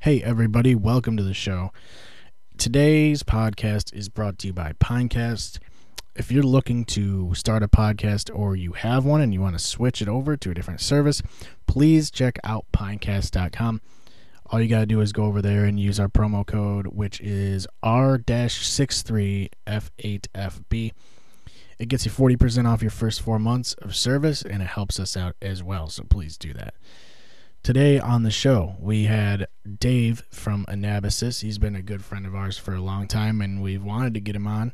Hey, everybody, welcome to the show. Today's podcast is brought to you by Pinecast. If you're looking to start a podcast or you have one and you want to switch it over to a different service, please check out pinecast.com. All you got to do is go over there and use our promo code, which is R-63F8FB. It gets you 40% off your first four months of service and it helps us out as well, so please do that. Today on the show, we had Dave from Anabasis. He's been a good friend of ours for a long time, and we've wanted to get him on,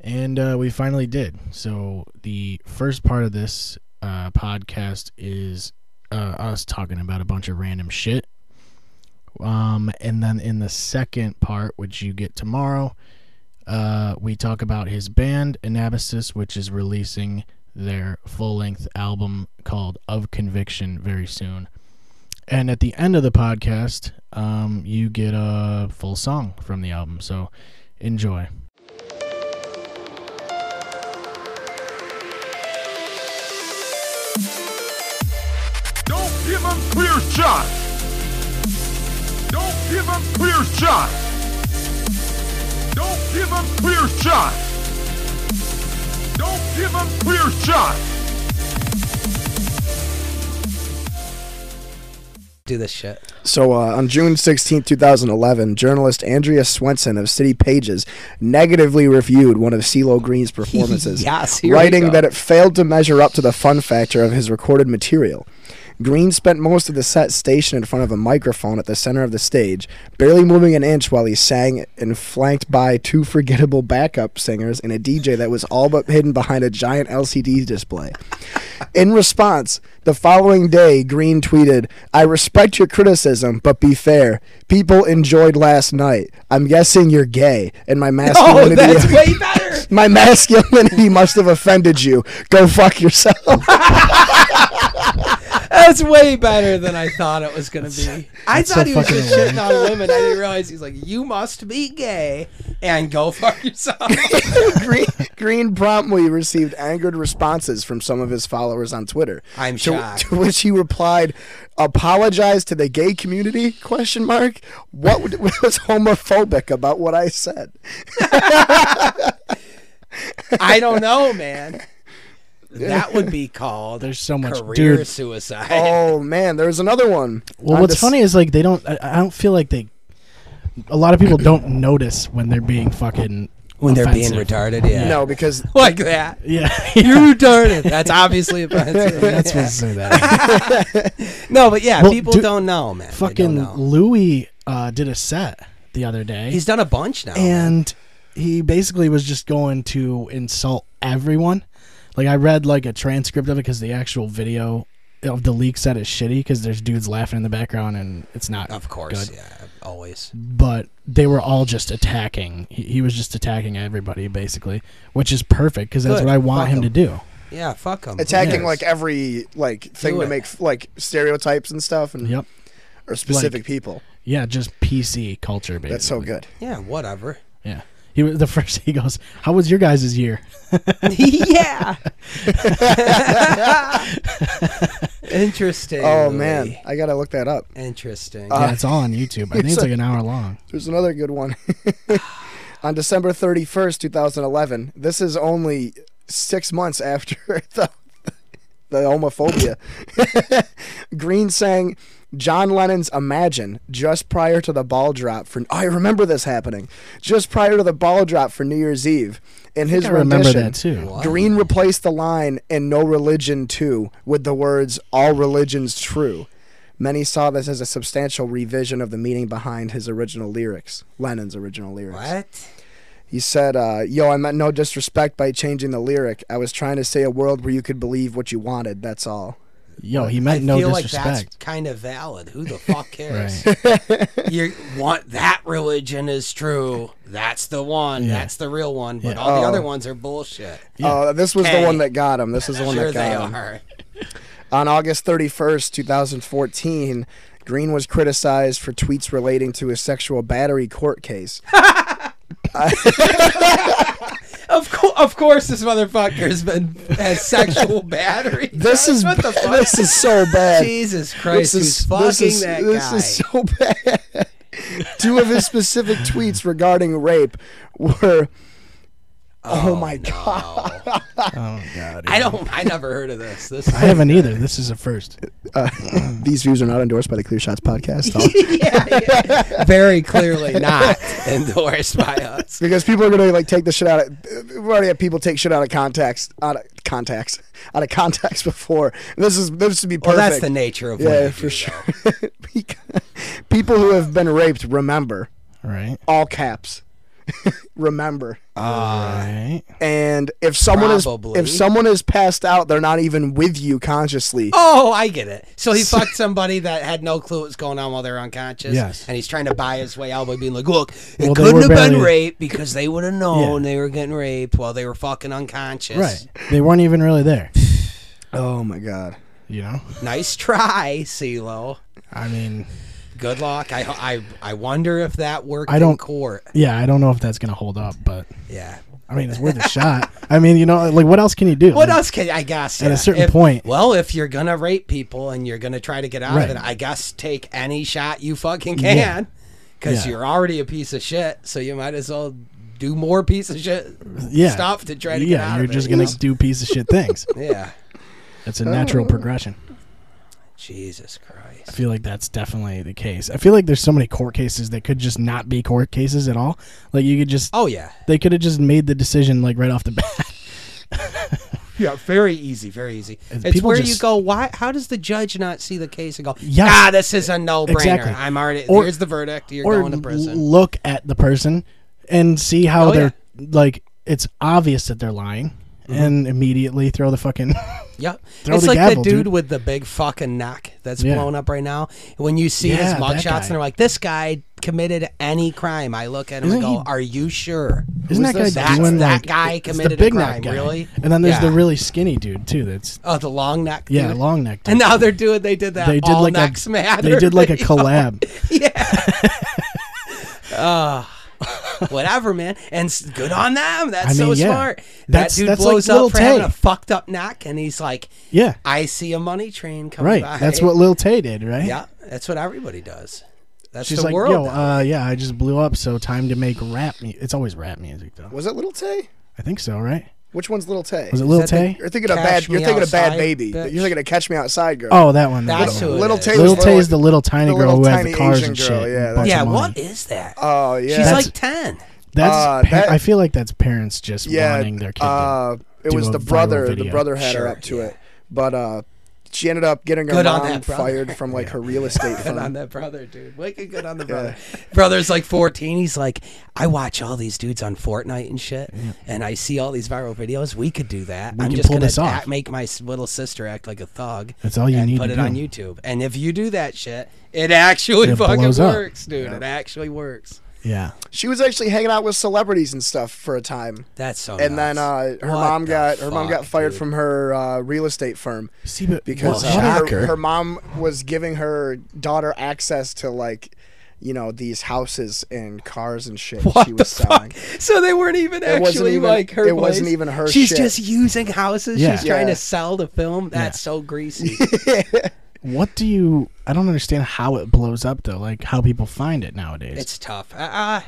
and uh, we finally did. So, the first part of this uh, podcast is uh, us talking about a bunch of random shit. Um, and then in the second part, which you get tomorrow, uh, we talk about his band, Anabasis, which is releasing their full length album called Of Conviction very soon. And at the end of the podcast, um, you get a full song from the album. So enjoy. Don't give him clear shot. Don't give him clear shot. Don't give him clear shot. Don't give him clear shot. do this shit. So uh, on June 16, 2011, journalist Andrea Swenson of City Pages negatively reviewed one of CeeLo Green's performances, Yes, here we go. writing that it failed to measure up to the fun factor of his recorded material. Green spent most of the set stationed in front of a microphone at the center of the stage, barely moving an inch while he sang and flanked by two forgettable backup singers and a DJ that was all but hidden behind a giant LCD display. In response, the following day, Green tweeted, I respect your criticism, but be fair. People enjoyed last night. I'm guessing you're gay, and my Oh, masculinity. that's way better. my masculinity must have offended you. Go fuck yourself. That's way better than I thought it was gonna be. I That's thought so he was just fucking shitting on women. I didn't realize he's like, "You must be gay and go fuck yourself." Green, Green promptly received angered responses from some of his followers on Twitter. I'm to, shocked. To which he replied, "Apologize to the gay community?" Question mark. What would- was homophobic about what I said? I don't know, man. That would be called There's so much- career dude. suicide. Oh man, there's another one. Well, On what's this- funny is like they don't. I, I don't feel like they. A lot of people don't notice when they're being fucking. when they're being offensive. retarded, yeah, No, because like that. Yeah. You're retarded. That's obviously offensive. That's what I say that. no, but yeah, Well, people dude, don't know, man. They don't fucking know. Louis uh, did a set the other day, He's done a bunch now. and he basically was just going to insult everyone. Like I read like a transcript of it because the actual video of the leak set is shitty because there's dudes laughing in the background and it's not of course, good. yeah, always. but they were all just attacking. He, he was just attacking everybody, basically, which is perfect because that's Good. what I want Fuck him to him. do. Yeah, fuck him. attacking like every like thing Do to it. make like stereotypes and stuff, and Yep. or specific Like- people. Yeah, just PC culture, basically. That's so good. yeah, whatever. Yeah. He was the first. He goes, "How was your guys' year?" yeah. Interesting. Oh man, I gotta look that up. Interesting. yeah, it's all on YouTube. I think it's like an hour long. There's another good one. On December 31st, 2011, this is only six months after the, the homophobia. Green sang John Lennon's Imagine just prior to the ball drop for. I remember this happening. Just prior to the ball drop for New Year's Eve. In his I remember rendition, that too. Wow. Green replaced the line in No Religion 2 with the words All Religions True. Many saw this as a substantial revision of the meaning behind his original lyrics, Lennon's original lyrics. what? He said, uh, Yo, I meant no disrespect by changing the lyric. I was trying to say a world where you could believe what you wanted, that's all. Yo, he meant I no feel like that's disrespect. kind of valid. Who the fuck cares? right. You want that religion is true. That's the one. That's the real one. But Yeah. all the other ones are bullshit. Uh, this was Okay. the one that got him. This is the one sure that got they him. are. On August 31st, 2014, Green was criticized for tweets relating to his sexual battery court case. Of, co- of course, this motherfucker's been has sexual battery. This is what the fuck. this is so bad. Jesus Christ, who's fucking that guy? This is so bad. Two of his specific tweets regarding rape were. Oh, my god! Oh God! I don't. I never heard of this. This. I haven't either. This is a first. These views are not endorsed by the Clear Shots podcast. Tom. very clearly not endorsed by us. because people are gonna like take the shit out of. We've already had people take shit out of context, out of context, out of context before. And this is this would be Well, perfect. that's the nature of yeah, women, for you sure. Because people who have been raped remember All right. all caps. remember, All Uh, right. and if someone Probably. is if someone is passed out, they're not even with you consciously. Oh, I get it. So he fucked somebody that had no clue what's going on while they were unconscious. Yes. And he's trying to buy his way out by being like, look, it Well, they were couldn't have been barely- rape because they would have known Yeah. they were getting raped while they were fucking unconscious. Right. They weren't even really there. Oh my god. You know. Nice try, CeeLo. I mean, Good luck. I, I, I wonder if that worked I in don't- court. yeah. I don't know if that's gonna hold up, but Yeah. I mean, it's worth a shot. I mean, you know, like what else can you do? What Like, else can I guess? At a yeah. certain If- point- Well, if you're gonna rape people and you're gonna try to get out Right. of it, I guess take any shot you fucking Yeah. can, because Yeah. you're already a piece of shit. So you might as well do more piece of shit Yeah. stuff to try to yeah, get out you're of it. just you gonna know? do piece of shit things. Yeah. It's a natural progression. Jesus I Christ. feel like that's definitely the case. I feel like there's so many court cases that could just not be court cases at all. Like you could just Oh yeah. they could have just made the decision like right off the bat. Yeah. Very easy. Very easy. It's, people where you just- go. Why? How does the judge not see the case and go? Yes. Ah, this is a no-brainer. Exactly. I'm already. Or- here's the verdict. You're or going to prison. look at the person and see how Oh, they're like it's obvious that they're lying Mm-hmm. and immediately throw the fucking Yep. Throw it's the like gavel, the dude, dude. with the big fucking neck that's Yeah. blown up right now. When you see his Yeah, that mugshots guy. and they're like, this guy committed any crime, I look at him Isn't and he- go, Are you sure? Isn't that guy this? That's- doing that like, guy it's the committed big a neck crime, guy. really? And then there's the Yeah. really skinny dude too. That's Oh, the long neck. yeah, dude. long neck. Dude. And the other dude, they did that. they did all like necks a matter. they did like a video. collab. yeah. uh, whatever, man. And s- good on them. That's I mean, so yeah. smart. That's- that dude that's like blows Lil up for having Tay. a fucked up neck, and he's like, yeah, I see a money train coming right. by. That's what Lil Tay did, right? Yeah, that's what everybody does. That's She's the like, world. yo, now. uh, yeah, I just blew up, so time to make rap. Mu- it's always rap music, though. Was it Little Tay? I think so, right? Which one's Little Tay? Was it Lil that the- Tay? You're thinking of Catch bad. You're Me thinking of bad Outside, baby. bitch. You're thinking of Catch Me Outside, girl. oh, that one. that That's one. who it Little is. Tay Little was Tay is the little tiny the girl little who had the tiny cars Asian and girl, shit. yeah, and that's- bunch of yeah, money. what is that? Oh yeah. She's That's- like ten. That's. Uh, par- that- I feel like that's parents just yeah, wanting their kid. to- uh, it do was a the viral brother. The video. brother had Sure, her up to yeah. it, but uh, she ended up getting her Good on mom that brother. fired from like her real estate Good on firm. that brother, dude. Wicked good on the brother. Brother's like fourteen. He's like, I watch all these dudes on Fortnite and shit, and I see all these viral videos. We could do that. I'm can just pull gonna this off. act- make my s- little sister act like a thug. That's all you and need Put to it do. on YouTube, and if you do that shit, it actually It fucking blows up. works, dude. It actually works. yeah. She was actually hanging out with celebrities and stuff for a time, That's Oh, so. and nuts. then uh, her What mom the got her mom fuck, got fired dude? from her uh, real estate firm See, but because what, uh, what a- her, her mom was giving her daughter access to like. You know these houses and cars and shit What she the was selling. fuck? So they weren't even wasn't actually even- like her. it wasn't place? even her She's shit. just using houses. Yeah. She's trying Yeah. to sell the film. That's so greasy. what do you? I don't understand how it blows up though. Like how people find it nowadays. it's tough. Uh,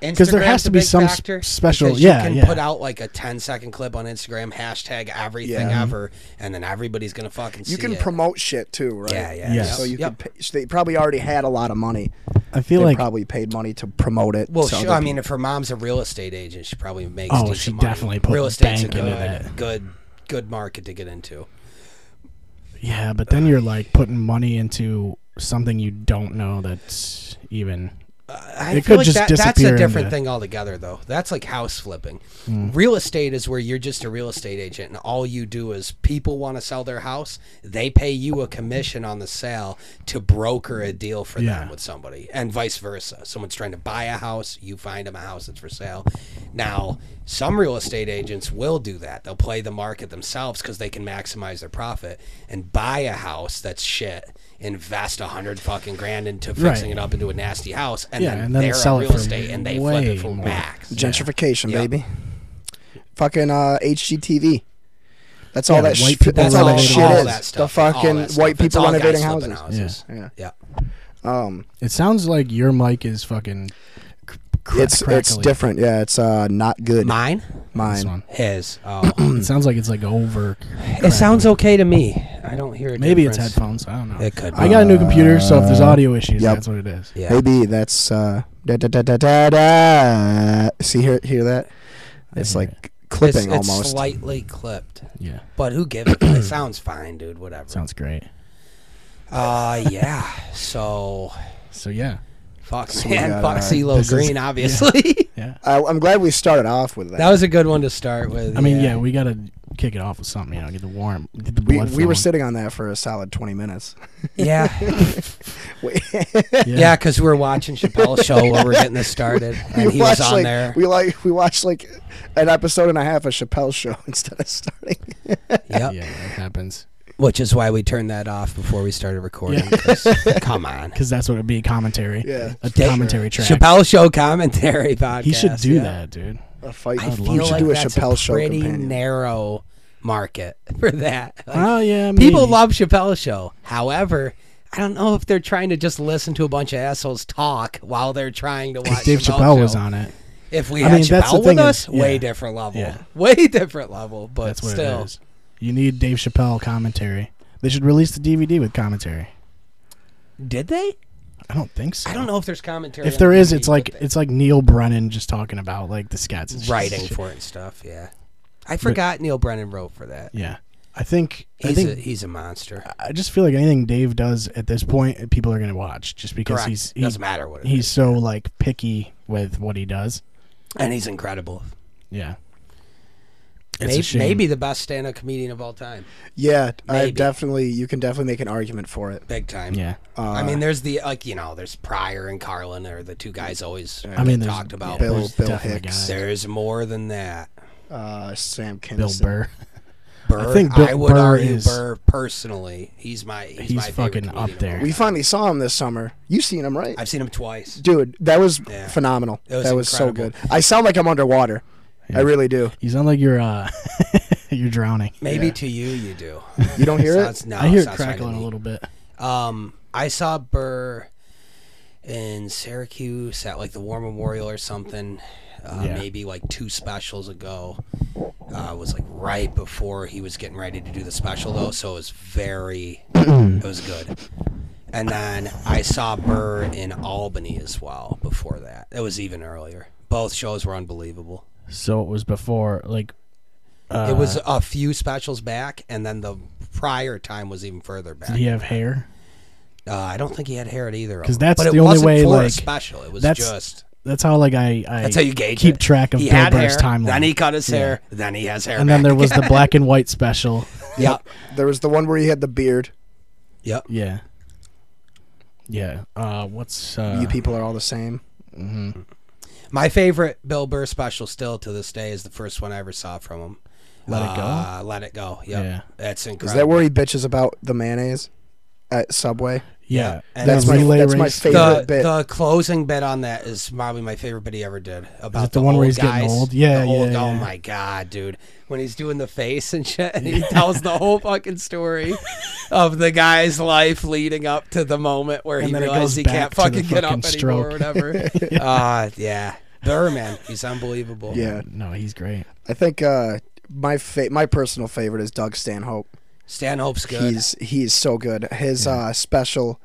because Because there has to be some s- special- Because you yeah, can yeah. put out like a 10 second clip on Instagram hashtag everything Yeah. ever, and then everybody's gonna fucking. see You can it. promote shit too, right? Yeah, yeah. Yes. So you yep. could pay, so they probably already had a lot of money. I feel they like probably paid money to promote it. Well, so sure, that I mean, if her mom's a real estate agent, she probably makes. Oh, decent she money. definitely put real estate's a bank into good, that. good, good market to get into. yeah, but then you're like putting money into something you don't know that's even. I It could feel like just that, that's disappear a into- different thing altogether, though. That's like house flipping. Hmm. Real estate is where you're just a real estate agent, and all you do is people want to sell their house. They pay you a commission on the sale to broker a deal for Yeah. them with somebody, and vice versa. Someone's trying to buy a house, you find them a house that's for sale. Now, some real estate agents will do that. They'll play the market themselves because they can maximize their profit and buy a house that's shit. Invest a hundred fucking grand into fixing Right. it up into a nasty house, and Yeah, then, and then they're sell at it real for estate and they way flip it for more. max. gentrification, Yeah. baby. Fucking uh, HGTV. That's all Yeah, that white shit. people That's all that renovating shit houses. is. All that the all that fucking stuff. white It's people all guys renovating flipping houses. houses. Yeah. Yeah. Um, It sounds like your mic is fucking. cr- cra- it's it's crackly. different. Yeah, it's uh not good. Mine? This Mine. one. His. Oh. It sounds like it's like over. it sounds okay to me. I don't hear it. Maybe it's headphones. I don't know. It could be. I got a new computer, so if there's Uh, audio issues, yep. that's what it is. yeah. Maybe that's uh da da da da da da. See hear hear that? It's hear like It's, clipping it's almost. slightly clipped. Yeah, But who gives it? it sounds fine, dude. Whatever. sounds great. Uh, yeah. So, So yeah, fuck, we man. got, uh, fuck CeeLo this is- Green, obviously. yeah. I, I'm glad we started off with that. that was a good one to start with. I mean, yeah, we gotta kick it off with something. You know, get the warm, get the we, blood we were flowing. sitting on that for a solid 20 minutes. yeah. We, Yeah, because we were watching Chappelle's show while we were getting this started, and he was watched on like, there. We like we watched like an episode and a half of Chappelle's show instead of starting. Yep. yeah, that happens. Which is why we turned that off before we started recording. 'cause- Come on. Because that's what it'd be commentary. Yeah. a They- commentary track. Chappelle show commentary podcast. he should do yeah. that, dude. A fight. I We feel should like do a that's Chappelle a show pretty companion. narrow market for that. Like, Oh yeah, people maybe. love Chappelle show. However, I don't know if they're trying to just listen to a bunch of assholes talk while they're trying to watch. Dave Chappelle, Chappelle was Show. on it. If we I had mean, Chappelle that's the with thing us, is- way yeah. different level. Yeah. Way different level. But That's what still, it is. You need Dave Chappelle commentary. They should release the DVD with commentary. did they? I don't think so. I don't know if there's commentary. If on there the is, DVD, it's like but they- it's like Neil Brennan just talking about like the sketches, It's just writing shit. for it and stuff. Yeah, I forgot Neil Brennan wrote for that. Yeah, I think I He's think a he's a monster. I just feel like anything Dave does at this point, people are gonna watch just because Correct. he's he, Doesn't matter what it he's is. so like picky with what he does. and he's incredible. Yeah, It's a Maybe, shame. maybe the best stand-up comedian of all time, Yeah, I Maybe. definitely. You can definitely make an argument for it. big time. yeah. I mean, there's the like you know, there's Pryor and Carlin are the two guys always I mean, there's- talked about. yeah, Bill- there's Bill definitely Hicks. guys. There's more than that. Uh, Sam Bill Kinison. Burr. Burr, I think Bill- would Burr argue is- Burr personally. He's my he's, He's my favorite fucking up comedian of all there. time. We finally saw him this summer. You seen him, right? I've seen him twice. Dude, that was Yeah. phenomenal. It was that was incredible. so good. I sound like I'm underwater. I really do. You sound like you're uh you're drowning. Maybe to you, you do. You don't hear it? Sounds- no, I hear it sounds fine to crackling a me. little bit. Um, I saw Burr in Syracuse at like the War Memorial or something, uh, Yeah. maybe like two specials ago. Uh, it was like right before he was getting ready to do the special though, so it was very, it was good. And then I saw Burr in Albany as well before that. It was even earlier. Both shows were unbelievable. So it was before like it was a few specials back, and then the prior time was even further back. did he have hair? Uh, I don't think he had hair at either. Because 'Cause that's the only way, For a like, special, it was that's- just. That's how like I, I That's how you gauge. keep it. track of he Bill had Burr's hair, timeline. Then he cut his Yeah. hair. Then he has hair. and then back. there was the black and white special. Yep. There was the one where he had the beard. Yep. Yeah. Yeah. Uh what's uh you people are all the same. My favorite Bill Burr special still to this day is the first one I ever saw from him. Let It Go? Uh, Let it go. Yep. Yeah. That's incredible. Is that where he bitches about the mayonnaise at Subway? yeah. And the that's my- relay that's my race. favorite. the, bit? the closing bit on that is probably my favorite bit he ever did about the one old where he's getting guys, old? Yeah, the old- yeah, Oh yeah. my god, dude! When he's doing the face and shit, and he tells the whole fucking story of the guy's life leading up to the moment where he then it realized goes he back can't to the fucking get up fucking anymore or whatever. uh, yeah, Burr man, he's unbelievable. Yeah, No, he's great. I think uh, my fa- my personal favorite is Doug Stanhope. Stanhope's good. He's, He's he's so good. His uh, special.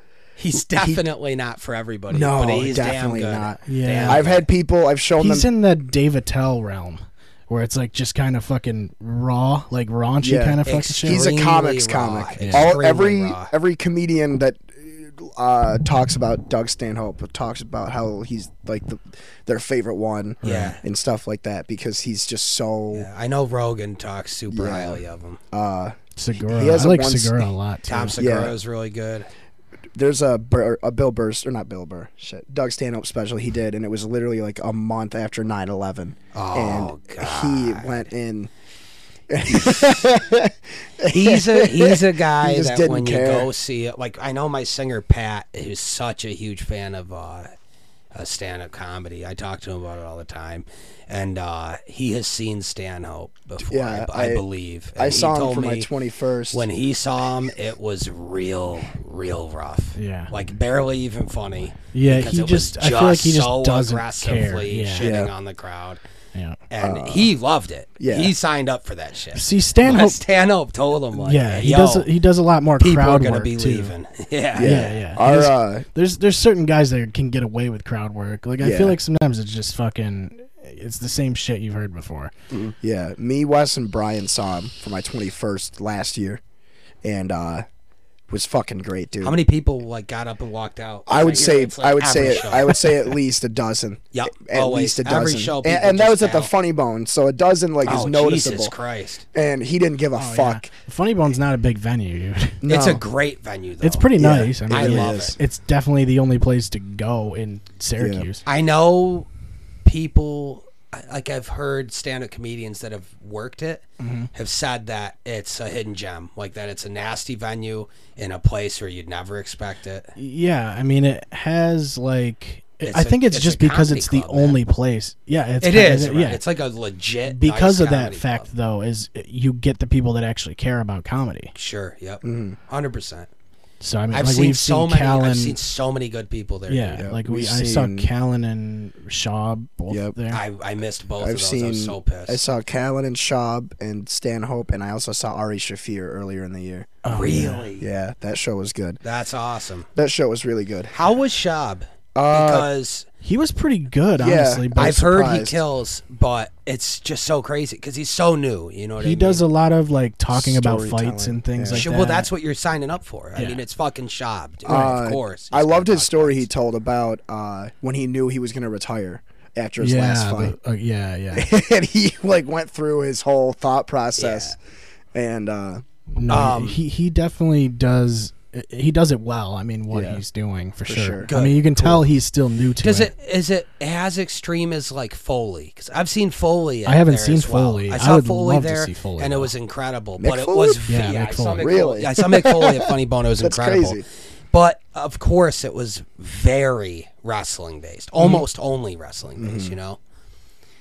definitely not for everybody. No, but he's definitely damn good. not. Yeah. Damn I've good. had people. I've shown He's them. in the Dave Attell realm where it's like just kind of fucking raw, like raunchy Yeah. kind of fucking shit. he's a extremely comics raw, comic. yeah. All extremely every raw. every comedian that uh, talks about Doug Stanhope talks about how he's like the, their favorite one. Yeah. and stuff like that because he's just so. Yeah, I know Rogan talks super Yeah. highly of him. Uh, Segura. he has I a like one- Segura a lot. Too. Tom Segura is really good. there's a Bur- a Bill Burr or not Bill Burr shit Doug Stanhope special he did and it was literally like a month after 9/11 Oh, and God. he went in He's a he's a guy just that didn't when care. you go see it, like I know my singer Pat, who's such a huge fan of uh, uh, stand up comedy. I talk to him about it all the time. And uh, he has seen Stanhope before, Yeah, I, I I- believe. I And he saw him told for my me 21st. When he saw him, it was real, real rough. Yeah. Like barely even funny. Yeah, because he it was just- I feel like he just so doesn't aggressively care. Yeah. shitting Yeah. on the crowd. Yeah. And he loved it. yeah. He signed up for that shit. See, But Stanhope. Stanhope told him, like, yeah, he yo, does. He does a lot more people are crowd going to work be too. leaving. Yeah, Yeah. yeah. He Our, does- uh, there's there's certain guys that can get away with crowd work. Like I Yeah. feel like sometimes it's just fucking. It's the same shit you've heard before. Yeah, me, Wes, and Brian saw him for my 21st last year, and uh, was fucking great, dude. How many people like got up and walked out? I would hear say, it's like I would say, every it, show. I would say at least a dozen. Yep, at always. least a dozen. Every show and, people and that just was at the out. Funny Bone, so a dozen like is oh, noticeable. Jesus Christ! and he didn't give a Oh, yeah. fuck. Funny Bone's not a big venue, dude. No. It's a great venue. though. It's pretty Yeah, nice. I, mean, I it's- love is. it. It's definitely the only place to go in Syracuse. I know people I- like I've heard stand-up comedians that have worked it have said that it's a hidden gem, like that it's a nasty venue in a place where you'd never expect it. Yeah, I mean it has like It's I a- think it's, it's a just because comedy it's the club, man. only place. Yeah, it's It kinda- is. right? Yeah, It's like a legit because nice of that comedy fact club. though is you get the people that actually care about comedy. Sure. Yep. Mm-hmm. 100 percent. So I mean, I've like seen we've so seen many. Callan. I've seen so many good people there. yeah, dude. like we We've I saw seen- Callan and Shaw both Yep. there. I, I missed both I've of those. seen. I was so pissed. I saw Callan and Schaub and Stanhope, and I also saw Ari Shafir earlier in the year. Oh, yeah. really? Yeah, that show was good. That's awesome. That show was really good. How was Shab? Uh, Because He was pretty good, Yeah, honestly. but was I've heard he surprised. kills, but it's just so crazy because he's so new. You know what he I mean? does a lot of like talking about fights Storytelling, and things yeah. like Sh- that. well, that's what you're signing up for. I Yeah. mean, it's fucking Shab, dude. Uh, of course. I he's loved gonna his talk story he fights. told about uh, when he knew he was going to retire after his yeah, last fight. but- uh, yeah, yeah. and he like went through his whole thought process and uh No, Um, he he definitely does. He does it well. I mean, what Yeah. he's doing for, sure. sure. I Good. mean, you can tell he's still new to Does it. it is it as extreme as like Foley? Because I've seen Foley. I haven't there seen as well. Foley. I I saw would Foley love to there, see Foley, and it though. was incredible. Mick but it Foley? was Yeah, yeah, Mick I saw Foley. Mick Really? Foley. I saw Mick Foley at Funny Bone. It was That's incredible. crazy. But of course, it was very wrestling based, almost only wrestling based. Mm-hmm. You know.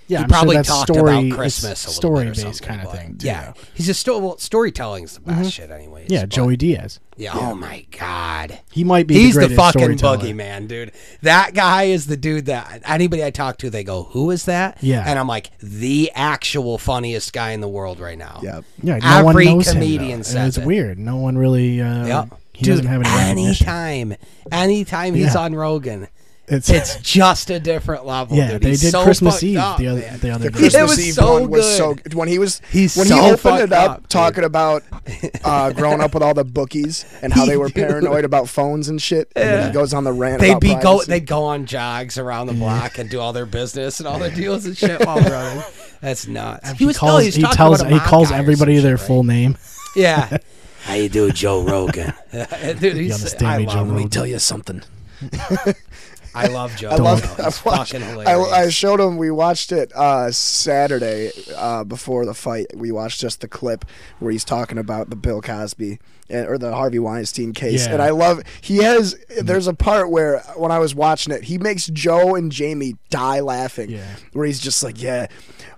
Mm-hmm. yeah, he I'm sure probably that's talked story, about it's Christmas a little bit or story-based something, kind of but- thing. too, Yeah, though. he's just still well, storytelling's the best shit, anyways. yeah, but- Joey Diaz. Yeah, Oh my god, He might be. he's the, the, greatest fucking storyteller. boogeyman, dude. That guy is the dude that anybody I talk to, they go, "Who is that?" Yeah. and I'm like, the actual funniest guy in the world right now. yeah Yeah, no one Every knows comedian him, though, and says it's it. weird. No one really. Uh, Yeah. He Dude, doesn't have any recognition. anytime, anytime he's Yeah. on Rogan, It's, it's just a different level. yeah. dude. They He's did so Christmas fucked Eve up, the other man. the other the day. Christmas- Christmas was Eve so one was so good. when he was He's when so he opened fucked it up, up, dude. talking about uh growing up with all the bookies and how they were Dude. paranoid about phones and shit and then he goes on the rant They'd about be go. privacy. They'd go on jogs around the block and do all their business and all their deals and shit while running. That's nuts. He was- no, calls. was He talking tells. about a He mob calls guy or everybody some their shit, full name. right? Yeah. How you doing, Joe Rogan? Dude, he's, understand I me, love Joe him. Rogan? tell you something I love Joe. I love Rogan. I He's watched, fucking I, hilarious. I showed him we watched it uh Saturday uh before the fight we watched just the clip where he's talking about the Bill Cosby and, or the Harvey Weinstein case Yeah. and I love he has there's a part where when I was watching it he makes Joe and Jamie die laughing Yeah. where he's just like yeah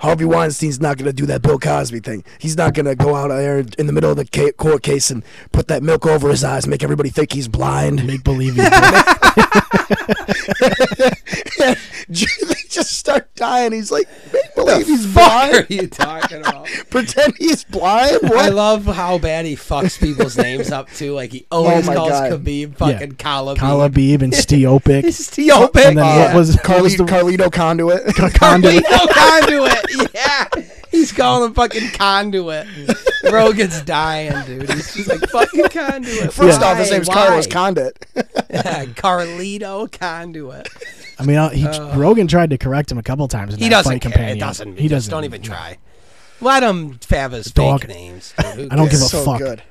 Harvey Weinstein's not gonna do that Bill Cosby thing he's not gonna go out there in the middle of the ca- court case and put that milk over his eyes make everybody think he's blind Make believe he's dead. they just start dying he's like make believe he's Fuck blind are you talking about? pretend he's blind. I What? love how bad he fucks people's names up too. Like he always Oh my calls God. Khabib fucking Kala. Kala Beeb and Steopic. Steopic. And then what was what was Carlito, the Carlito Conduit. conduit? Yo, conduit. Yeah. He's calling him fucking conduit. Rogan's dying, dude. He's just like fucking conduit. First Why? off, his name's Why? Carlos Condit. Yeah, Carlito conduit. I mean, uh, he, Rogan tried to correct him a couple times. In He that doesn't fight care. Companion. It doesn't. He doesn't. Don't even no. try. Let him have his Dog. fake names. dude. Who I don't give cares? a so fuck. good.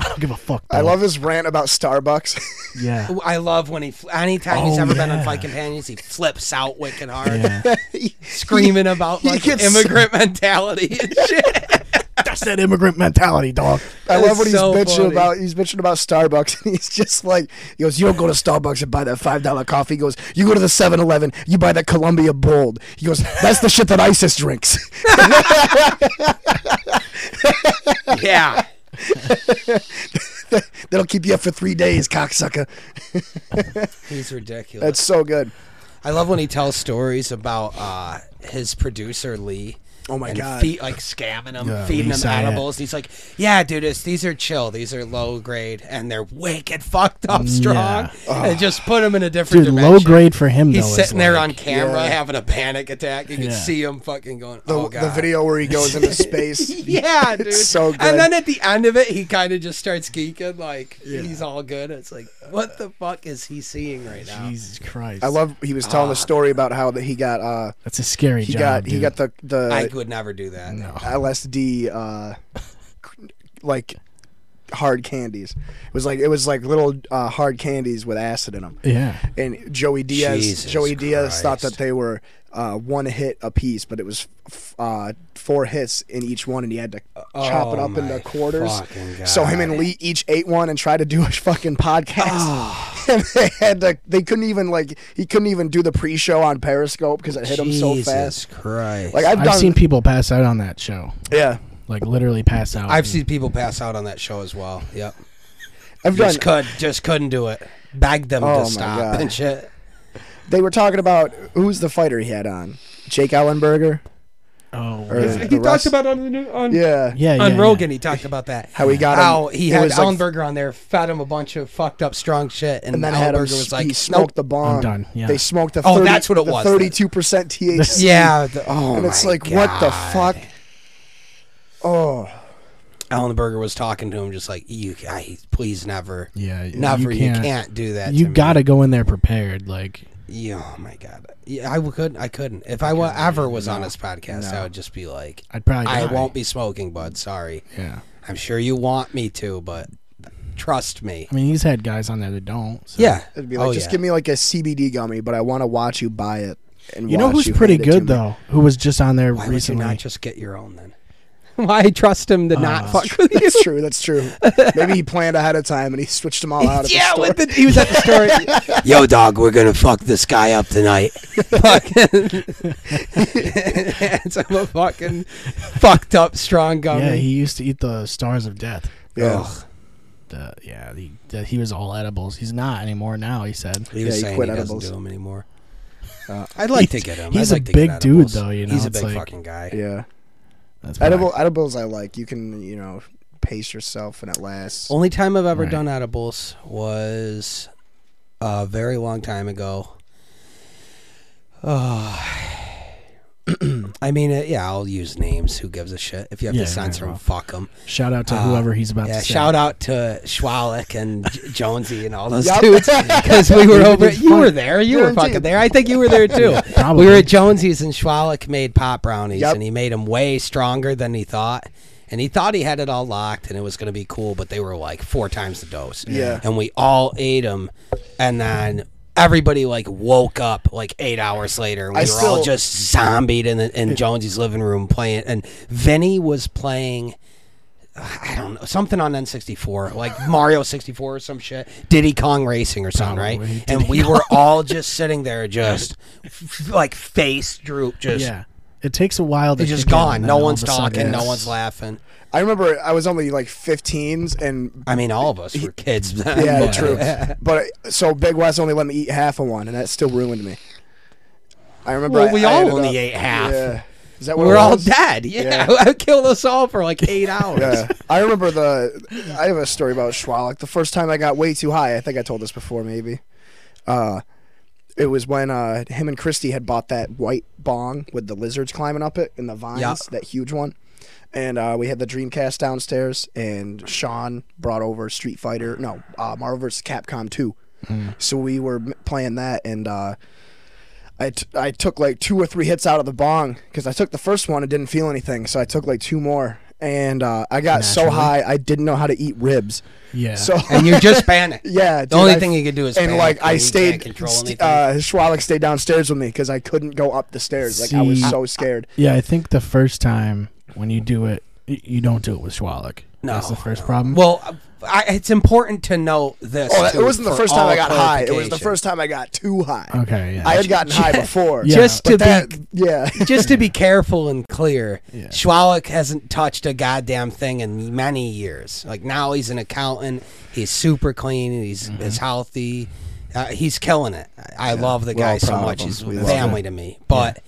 I don't give a fuck. I though. love his rant about Starbucks. Yeah. I love when he, fl- anytime he's Oh, ever been on yeah. Fight Companions, he flips out wicked hard, Yeah. He- screaming about he like gets- immigrant mentality and shit. That's that immigrant mentality, dog. I That love is what he's so bitching funny. about. He's bitching about Starbucks, and he's just like, he goes, "You don't go to Starbucks and buy that five dollar coffee." He goes, "You go to the 7-Eleven, you buy that Columbia Bold." He goes, "That's the shit that ISIS drinks." yeah. That'll keep you up for three days, cocksucker. He's ridiculous. That's so good. I love when he tells stories about uh, his producer Lee. Oh my and God. Feed, like scamming him, Yeah, feeding Lee him Syed. edibles. And he's like, "Yeah, dude, it's, these are chill. These are low grade, and they're wicked fucked up strong." Yeah. And just put him in a different Dude, dimension. low grade for him, He's though. is sitting there like- on camera Yeah. having a panic attack. You can Yeah. see him fucking going, The, "Oh god." the video where he goes into space. Yeah, dude. so good. And then at the end of it, he kind of just starts geeking, like he's all good. It's like, what the fuck is he seeing right now? Jesus Christ. I love. He was telling the Ah. story about how that he got uh That's a scary he job. got he dude. got the the I would never do that. No. LSD uh like hard candies. It was like it was like little uh, hard candies with acid in them. Yeah. and Joey Diaz. Jesus Joey Diaz thought Christ. that they were uh, one hit a piece, but it was f- uh, four hits in each one, and he had to chop it Oh up into my quarters. fucking So him and God. Lee each ate one and tried to do a fucking podcast. Oh. and they had to. They couldn't even like. He couldn't even do the pre-show on Periscope because it hit him so fast. Christ. Like I've, I've done, seen people pass out on that show. yeah, Like, literally pass out. I've seen people pass out on that show as well. Yep. I've done. uh, Just could just couldn't do it. Begged them Oh my to stop God. and shit. They were talking about who's the fighter he had on, Jake Ellenberger. Oh, Or- yeah. He The talked rest- about on the new on Yeah, Yeah, yeah. on yeah. Rogan, he talked about that. How he got how him- he it had was like- Ellenberger on there, fed him a bunch of fucked up strong shit, and, and then had him Ellenberger was s- like, he smoked "Nope." the bomb. I'm done, yeah. They smoked the Oh, 30, that's what it the was, then. 32% THC. Yeah. The, oh, and it's my like what the God. fuck? Oh, Ellenberger was talking to him, just like, "You, I, please never, Yeah, never, you can't, do that." You to me." gotta go in there prepared. Like, Yeah, oh my god. Yeah, I could. I couldn't. If I wa- ever was on his podcast, I would just be like, I'd probably. I die. won't be smoking, bud. Sorry. Yeah. I'm sure you want me to, but trust me. I mean, he's had guys on there that don't. So. Yeah. it'd be like oh, just yeah. give me like a CBD gummy, but I want to watch you buy it. And You know watch who's pretty hand it to good me. though? Who was just on there Why recently? would you not just get your own then? Why trust him to not fuck with you? That's true. That's true. Maybe he planned ahead of time and he switched them all out. At Yeah, the store. with the, he was at the store. Yo, dog, we're gonna fuck this guy up tonight. Fucking, it's a fucking fucked up strong gummy. yeah, he used to eat the stars of death. yeah. Ugh. The, yeah, he, the, he was all edibles. He's not anymore now. He said. He Yeah, was he saying quit he edibles. doesn't do them anymore. I'd like to Uh, he's- get him. he's a I'd like to get big dude, edibles. though, you know, he's a it's big like- fucking guy. yeah. That's probably- Edible edibles, I like. You can you know pace yourself and it lasts. Only time I've ever Right. done edibles was uh, a very long time ago. Oh. I mean, uh, yeah, I'll use names. Who gives a shit? If you have Yeah, to right, censor well. them, fuck them. Shout out to Uh, whoever he's about yeah, to. say. shout out to Schwalik and J- Jonesy and all those Yup. dudes because we were They over. did You fun- were there. You were Guaranteed. fucking there. I think you were there too. probably. we were at Jonesy's and Schwalik made pop brownies Yup. and he made them way stronger than he thought. And he thought he had it all locked and it was going to be cool, but they were like four times the dose. Yeah. And we all ate them. And then everybody like woke up like eight hours later. and We I were all still- just zombied in, the, in Jonesy's living room playing. And Vinny was playing. I don't know something on N64, like Mario 64 or some shit, Diddy Kong Racing or something, Probably. right? And we were all just sitting there, just f- like face droop, just Yeah. It takes a while to. it's just kick in, gone. and then No all one's of a sudden talking, no it's- one's laughing. I remember I was only like 15s and I mean, all of us were kids. Then, Yeah, but- true. But so Big Wes only let me eat half of one, and that still ruined me. I remember. Well, I- we I all ended only up- ate half. Yeah. Is that We what were it all was? dead. Yeah, I killed us all for like eight hours. Yeah. I remember the. I have a story about Schwalik. The first time I got way too high, I think I told this before, maybe. Uh, it was when uh, him and Christy had bought that white bong with the lizards climbing up it and the vines, Yeah. that huge one. And uh, we had the Dreamcast downstairs, and Sean brought over Street Fighter, no, uh, Marvel vs. Capcom 2. So we were m- playing that, and uh, I, t- I took like two or three hits out of the bong because I took the first one and didn't feel anything. So I took like two more, and uh, I got so high I didn't know how to eat ribs. Yeah. So And you're just panic. yeah, The dude, only I- thing you could do is and panic, like I you can't stayed, control st- anything. uh, Schwalik stayed downstairs with me because I couldn't go up the stairs. Like I was See- uh, so scared. Yeah, I think the first time when you do it y- you don't do it with Swalik. No, that's the first no. problem. Well, I, it's important to know this. Oh, that, it too, wasn't the for first time all I got high. It was clarification. the first time I got too high. okay, yeah, I had gotten high before. Yeah. Just but to that- be yeah. just to be careful and clear, Yeah. Schwalik hasn't touched a goddamn thing in many years. Like now, he's an accountant. He's super clean. and He's Mm-hmm. he's healthy. Uh, he's killing it. I I love the we're all guy so proud of much. him. He's We love family to me. But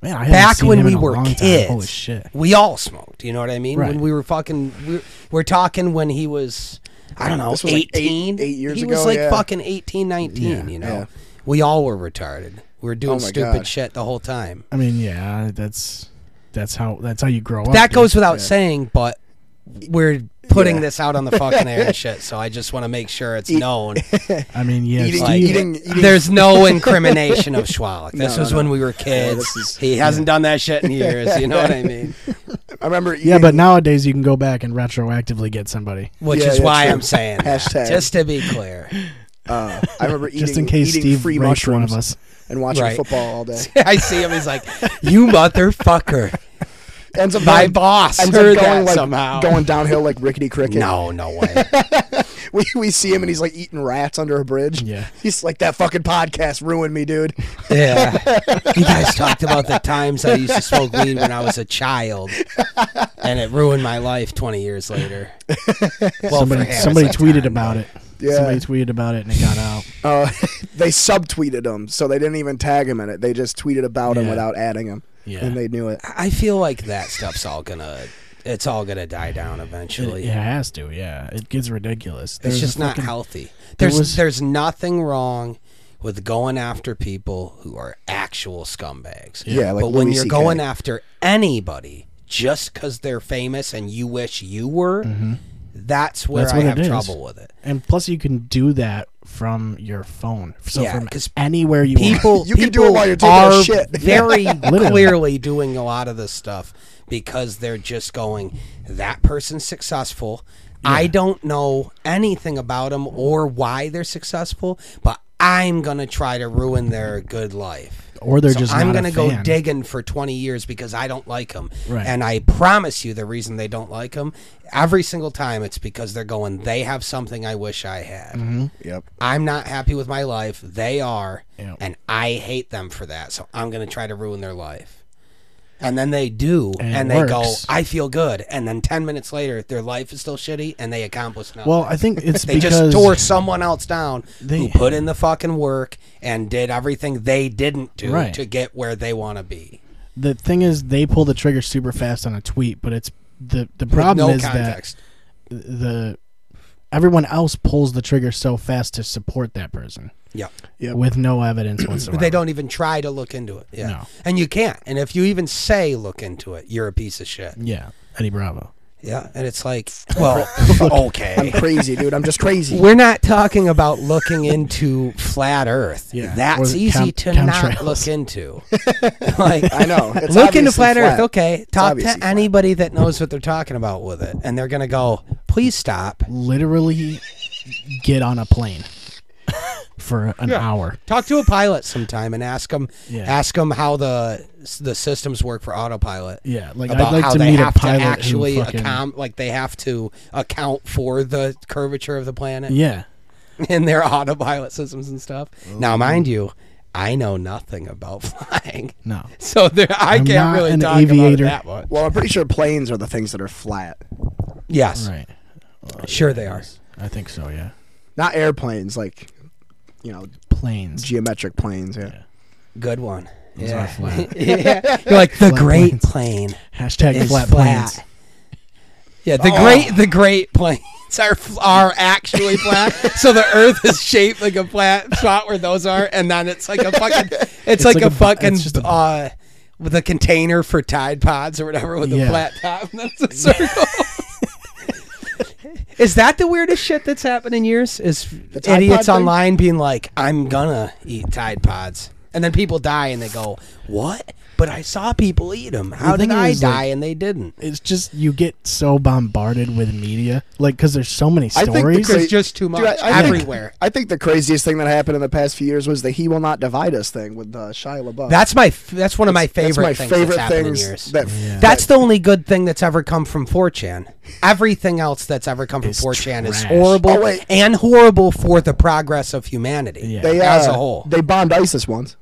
man, I haven't back seen when him we in a were long time. kids, Holy shit! we all smoked. You know what I mean? Right. When we were fucking, we're, we're talking when he was, I don't know, This was like eight- 18. eight years he ago, was like yeah. fucking 18, 19, Yeah. you know? Yeah. Oh We all were retarded. We were doing my stupid God. shit the whole time. I mean, yeah, that's that's how that's how you grow up. that dude. goes without saying, but we're putting Yeah. E- this out on the fucking air and shit, so I just want to make sure it's known. I mean, yeah, Eating- Steve, eating- eating- There's no incrimination of Schwalik. This No, was no. when we were kids. this is- he hasn't done that shit in years. You know what I mean? I remember. Eating, yeah, but nowadays you can go back and retroactively get somebody. Which Yeah, is yeah, why true. I'm saying that, Hashtag. just to be clear. uh, I remember eating, Just in case eating Steve free raped one mushrooms of us. and watching Right. football all day. I see him. He's like, "You motherfucker, Ends up my going- boss ends heard up going that like somehow." going downhill like rickety cricket. no, no way. We, we see him and he's like eating rats under a bridge. Yeah. He's like that fucking podcast ruined me, dude. Yeah. You guys talked about the times I used to smoke weed when I was a child and it ruined my life 20 years later. Well, for somebody him, somebody it's a tweeted time, about but- it. Yeah. Somebody tweeted about it and it got out. Uh, they subtweeted him, so they didn't even tag him in it. They just tweeted about him Yeah. without adding him. Yeah. And they knew it. I feel like that stuff's all gonna it's all gonna die down eventually. It, it has to, yeah. It gets ridiculous. It's There's just a not fucking- healthy. there There's was- there's nothing wrong with going after people who are actual scumbags. Yeah, like but when Louis you're CK. going after anybody just because they're famous and you wish you were, that's where Mm-hmm. That's I what it have is. trouble with it. And plus, you can do that from your phone. So Yeah, from 'cause anywhere you want. people You can do it people while you're taking a are shit. very Literally. clearly doing a lot of this stuff because they're just going that person's successful i don't know anything about them or why they're successful but i'm gonna try to ruin their good life Or they're so just i'm not a gonna go fan. digging for 20 years because i don't like them Right. and i promise you the reason they don't like them every single time it's because they're going they have something i wish i had Mm-hmm. Yep. I'm not happy with my life. They are, Yeah. and I hate them for that. So I'm going to try to ruin their life. And then they do, And it and, they go, works. I feel good. And then 10 minutes later, their life is still shitty, and they accomplish nothing. Well, I think it's they because just tore someone else down They- who put in the fucking work and did everything they didn't do Right. to get where they want to be. the thing is they pull the trigger super fast on a tweet, but it's the the With problem no is context. that the everyone else pulls the trigger so fast to support that person yeah. Yep. with no evidence whatsoever. They don't even try to look into it. Yeah. No. And you can't. And if you even say look into it, you're a piece of shit. Yeah, Eddie Bravo. Yeah, and it's like, well, I'm okay. crazy, dude. I'm just crazy. We're not talking about looking into flat Earth. Yeah, or That's the easy chemtrails. to not look into. like, I know. It's look into obviously flat, Earth. flat. Okay, talk to obviously flat. anybody that knows what they're talking about with it, and they're gonna go, please stop. Literally, get on a plane for an hour. Talk to a pilot sometime and ask them, Yeah. ask them how the the systems work for autopilot. Yeah, like about I'd like how to they meet a have to pilot who actually fucking, account, like they have to account for the curvature of the planet. Yeah, in their autopilot systems and stuff. Oh. Now, mind you, I know nothing about flying, no. so there, I I'm can't not really an talk aviator. about it that much. Well, I'm pretty sure planes are the things that are flat, Yes, Right. sure they are. I think so. Yeah. not airplanes. Like, you know, Planes. geometric planes. Yeah. Good one. Those are Yeah. flat. yeah, you're like the Flat Great planes. Plane Hashtag is flat, flat. planes. Yeah, the Great the Great Planes are f- are actually flat. so the Earth is shaped like a flat spot where those are, and then it's like a fucking it's, like, like a, a bu- fucking it's just a- uh, with a container for Tide Pods or whatever with Yeah. a flat top. And that's a circle. Is that the weirdest shit that's happened in years? Is Tide Pod idiots thing? online being like, "I'm gonna eat Tide Pods," and then people die and they go, "What?" but I saw people eat them. How The did thing I is, like- die and they didn't? It's just you get so bombarded with media, like because there's so many I stories. think the There's just too much Dude, I- I think- everywhere. I think the craziest thing that happened in the past few years was the "He Will Not Divide Us" thing with uh, Shia LaBeouf. That's my. f- That's one of my favorite that's my things favorite that's happened in things years. that That's the only good thing that's ever come from 4chan. Everything else that's ever come from It's 4chan is trash. horrible Oh, wait. and horrible for the progress of humanity Yeah. they, as uh, a whole. They bombed ISIS once.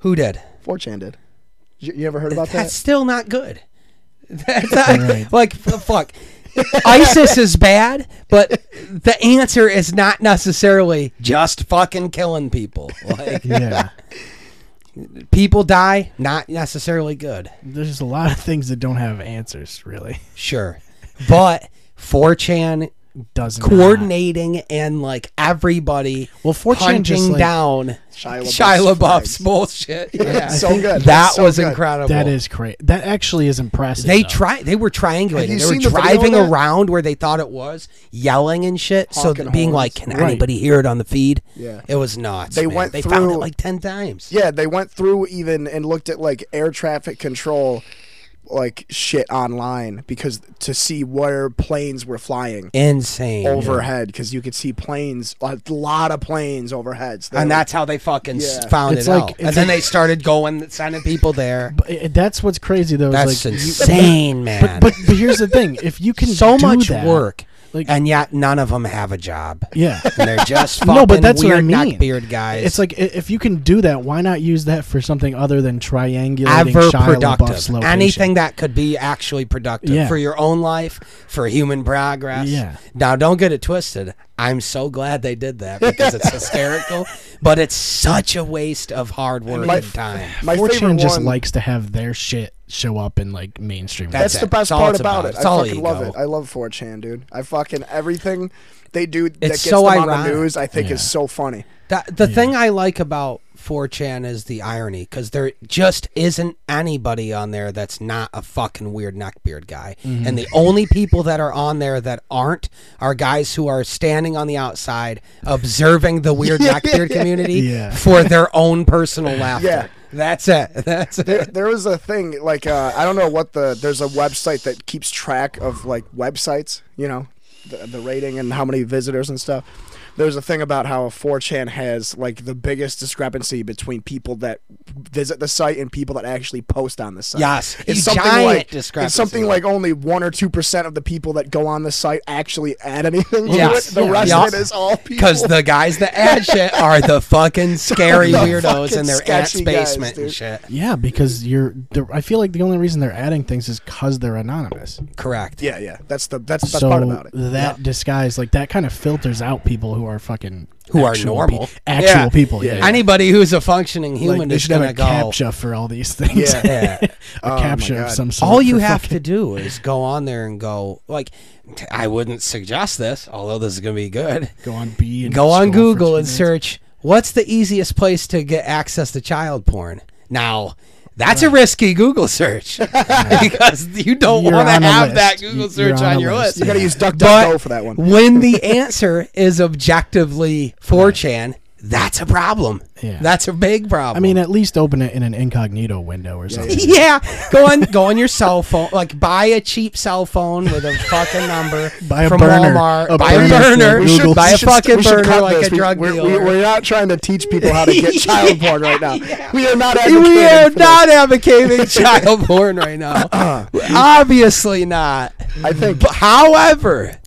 Who did? 4chan did. You, you ever heard about That's that? still not good. That's not, Right. Like f- fuck. ISIS is bad, but the answer is not necessarily just fucking killing people. Like yeah, people die, not necessarily good. there's a lot of things that don't have answers. Really, Sure. But 4chan doesn't coordinating and like everybody Well, 4chan punching just, like- down Shia LaBeouf's Shia LaBeuf's friends. bullshit. Yeah. so good. that So was good. incredible. That is crazy. That actually is impressive. They though. try. They were Have you triangulating. They seen were the video of driving that? around where they thought it was, yelling and shit. so Honking th- being horns. like, "Can Right. anybody hear it on the feed?" Yeah. it was not. They They went. went They found it through- like ten times. Yeah, they went through even and looked at like air traffic control, like shit online because to see where planes were flying Insane. overhead because you could see planes, a lot of planes overhead. So they And were- that's how they fucking s Yeah. found It's it like- out. it's And then like- they started going, sending people there. But it- that's what's crazy though. is, That's like, you- insane, man. but, but but here's the thing: if you can so do much that- work, like- and yet none of them have a job. yeah. And they're just fucking No, but that's what I weird mean. neckbeard guys. It's like i- if you can do that, why not use that for something other than triangulating ever Shia LaBeouf's productive. location? Anything that could be actually productive Yeah. for your own life, for human progress. Yeah. Now, don't get it twisted. I'm so glad they did that because it's hysterical, but it's such a waste of hard work my- and time. my 4chan favorite just one- likes to have their shit show up in like mainstream. That's That's media. it. the best It's all part it's about about. it. It's I all fucking love ego. it. I love 4chan, dude. I fucking everything they do that It's gets so them on ironic. the news. I think Yeah. is so funny. That, the thing I like about 4chan is the irony because there just isn't anybody on there that's not a fucking weird neckbeard guy. Mm-hmm. And the only people that are on there that aren't are guys who are standing on the outside observing the weird neckbeard community Yeah. for their own personal laughter. Yeah. That's it. That's it. There, there was a thing like uh, I don't know what the there's a website that keeps track of like websites, you know, the, the rating and how many visitors and stuff. There's a thing about how 4chan has like the biggest discrepancy between people that visit the site and people that actually post on the site. Yes, it's a something giant like discrepancy. it's something like only one or two percent of the people that go on the site actually add anything to Yes. it. The Yeah. rest Yeah. of it is all people. Because the guys that add shit are the fucking scary The weirdos fucking in their aunt's sketchy guys, basement and dude. shit. yeah, because you're. they're- I feel like the only reason they're adding things is because they're anonymous. Correct. yeah, yeah, that's the that's the best so part about it. that disguise, like that, kind of filters out people who are fucking Who are actual normal. pe- actual Yeah. people. Yeah, yeah. Anybody who's a functioning human like, they is should have gonna a go. captcha for all these things. Yeah. Yeah. a captcha of God. some sort. all you for have fucking- to do is go on there and go like t- i wouldn't suggest this although this is going to be good go on B and go scroll on for google two and minutes. search what's the easiest place to get access to child porn now that's a risky Google search because you don't You're want to on a have list. that You- Google you're search on on, a your list. list. You You gotta use But DuckDuckGo for that one. when the answer is objectively 4chan, that's a problem. Yeah. That's a big problem. I mean, at least open it in an incognito window or something. Yeah, go on, go on your cell phone. Like buy a cheap cell phone with a fucking number Buy a from burner. Walmart. A buy a burner from burner. We should- Google. buy a we fucking we should burner cut like this. a drug we, we- dealer. We're not trying to teach people how to get child porn right now. We are not advocating. we for are this. not advocating child porn right now. Obviously not. I think But however,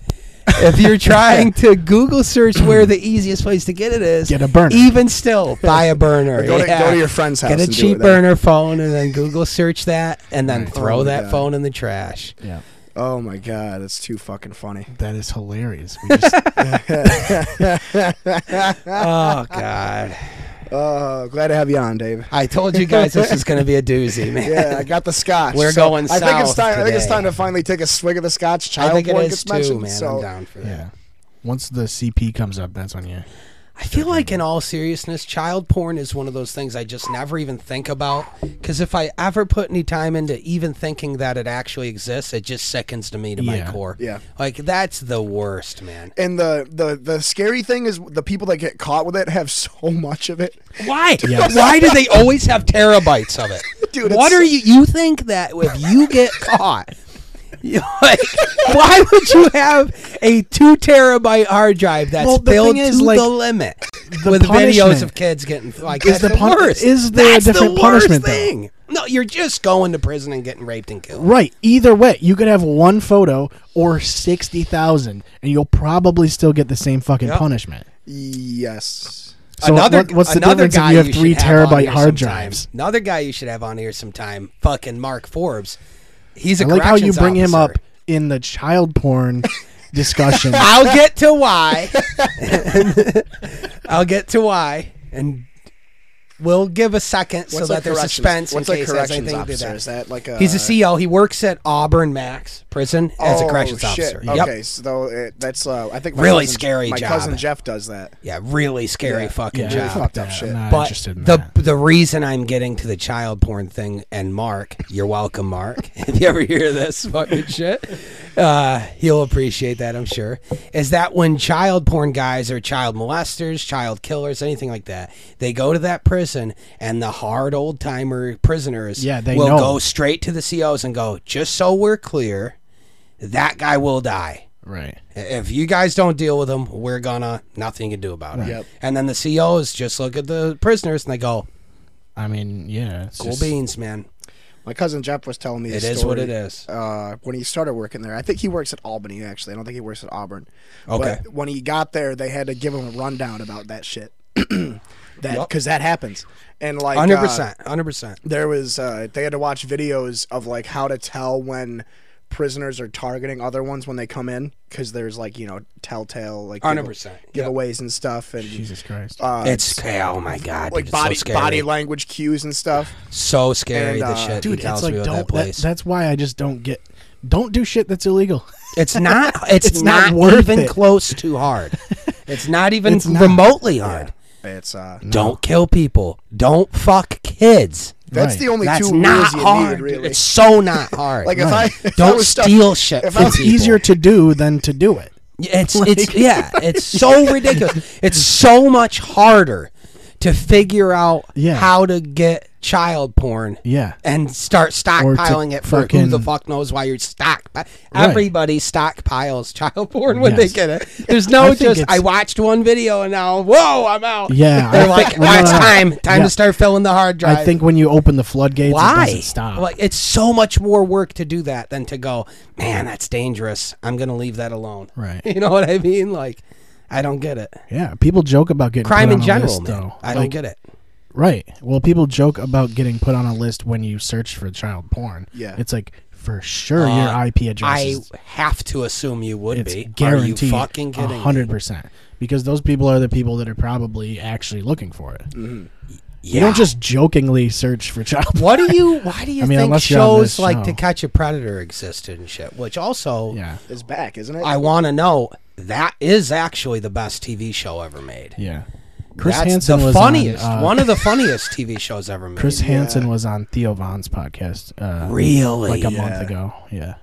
if you're trying to Google search where the easiest place to get it is, Get a burner. Even still, buy a burner. go to, yeah. go to your friend's house. Get a and do cheap it there. burner phone and then Google search that and then throw Oh my that God. phone in the trash. Yeah, Oh my god, that's too fucking funny. that is hilarious. We just, Oh God. Oh, glad to have you on, Dave. I told you guys this is going to be a doozy, man. Yeah, I got the scotch. We're so going I think it's south time. I think it's today. time to finally take a swig of the scotch. Child I think it porn is gets too, mentioned, man. So I'm down for that. yeah. Once the CP comes up, that's when you. I feel like, in all seriousness, child porn is one of those things I just never even think about. Because if I ever put any time into even thinking that it actually exists, it just sickens to me to Yeah. my core. Yeah. Like, that's the worst, man. And the, the the scary thing is the people that get caught with it have so much of it. Why? Why do they always have terabytes of it? Dude, what it's are so- you? You think that if you get caught, you're like, why would you have a two terabyte hard drive that's Well, the filled thing is, to like, the limit the with videos punishment of kids getting like is that's the the, pun- worst? is there a that's different the worst punishment, though? thing. No, you're just going to prison and getting raped and killed. Right. Either way, you could have one photo or 60,000 and you'll probably still get the same fucking Yep. punishment. Yes. So another what- what's the another difference if guy you have should three on terabyte here hard sometime. drives? Another guy you should have on here sometime. Fucking Mark Forbes. He's a I like how you corrections bring him up officer. in the child porn discussion. I'll get to why. I'll get to why, and we'll give a second so that there's corrections- suspense What's in a case there's corrections anything to do officer? that. Is that uh, like a? He's a CEO. He works at Auburn Max Prison as a Oh, corrections shit. officer. Yep. Okay, so it, that's uh, I think my Really cousin- scary My job. cousin Jeff does that. Yeah, really scary fucking Yeah, job. fuck fucked that. up shit. I'm not but interested in the that. the reason I'm getting to the child porn thing and Mark, you're welcome, Mark. if you ever hear this fucking shit, uh, he'll appreciate that, I'm sure. Is that when child porn guys or child molesters, child killers, anything like that, they go to that prison and the hard old timer prisoners Yeah, they will know. go straight to the COs and go, just so we're clear, that guy will die. Right. If you guys don't deal with them, we're gonna nothing you can do about it. Yep. And then the COs just look at the prisoners and they go, I mean, yeah. It's "Cool just- beans, man. My cousin Jeff was telling me It a is what story, it is." Uh, when he started working there, I think he works at Albany. Actually, I don't think he works at Auburn. Okay. But when he got there, they had to give him a rundown about that shit. that Yup. because that happens, and like Hundred uh, percent, hundred percent. there was uh, they had to watch videos of like how to tell when prisoners are targeting other ones when they come in because there's like you know telltale like Hundred give- percent. giveaways and stuff and Jesus Christ. uh, It's oh my god, like dude, body it's so scary. body language cues and stuff. so scary. And, the uh, shit Dude, he it's tells like me don't about that that- place. that's why I just don't get don't do shit that's illegal. it's not. It's, not not, worth even it. close to hard. It's not even It's not. remotely hard. It's uh, Don't kill people. Don't fuck kids. that's Right. the only That's two not rules you hard. need dude. really. It's so not hard. Like if I if I don't was stuck- steal shit. if I from was- It's people. easier to do than to do it. It's it's yeah, it's so ridiculous. It's so much harder to figure out Yeah. how to get child porn Yeah. and start stockpiling it for who the fucking- fuck knows why you're stock. Everybody stockpiles child porn when Yes. they get it. There's no I think just it's- I watched one video and now whoa I'm out. Yeah, I they're think- like no, "Ah, no, it's no. time time Yeah. to start filling the hard drive. I think when you open the floodgates, Why? it doesn't stop. Like it's so much more work to do that than to go, man, that's dangerous. I'm gonna leave that alone. Right. You know what I mean? Like, I don't get it. yeah, people joke about getting Crime put in on a general, list, man. though. I don't Like, get it. Right. Well, people joke about getting put on a list when you search for child porn. Yeah. It's like for sure Uh, your IP address. I is, have to assume you would it's be. guaranteed. Are you fucking kidding? me? Hundred percent. Because those people are the people that are probably actually looking for it. Yeah. You don't just jokingly search for child. porn. What do you? Why do you I mean, think unless you're on this shows like show. To Catch a Predator existed and shit? Which also, Yeah. It's back, isn't it? I want to know. That is actually the best TV show ever made. Yeah. Chris That's Hansen the was funniest, on. uh, one of the funniest TV shows ever made. Chris Hansen was on Theo Vaughn's podcast. Uh, really, Like a Yeah. month ago. Yeah.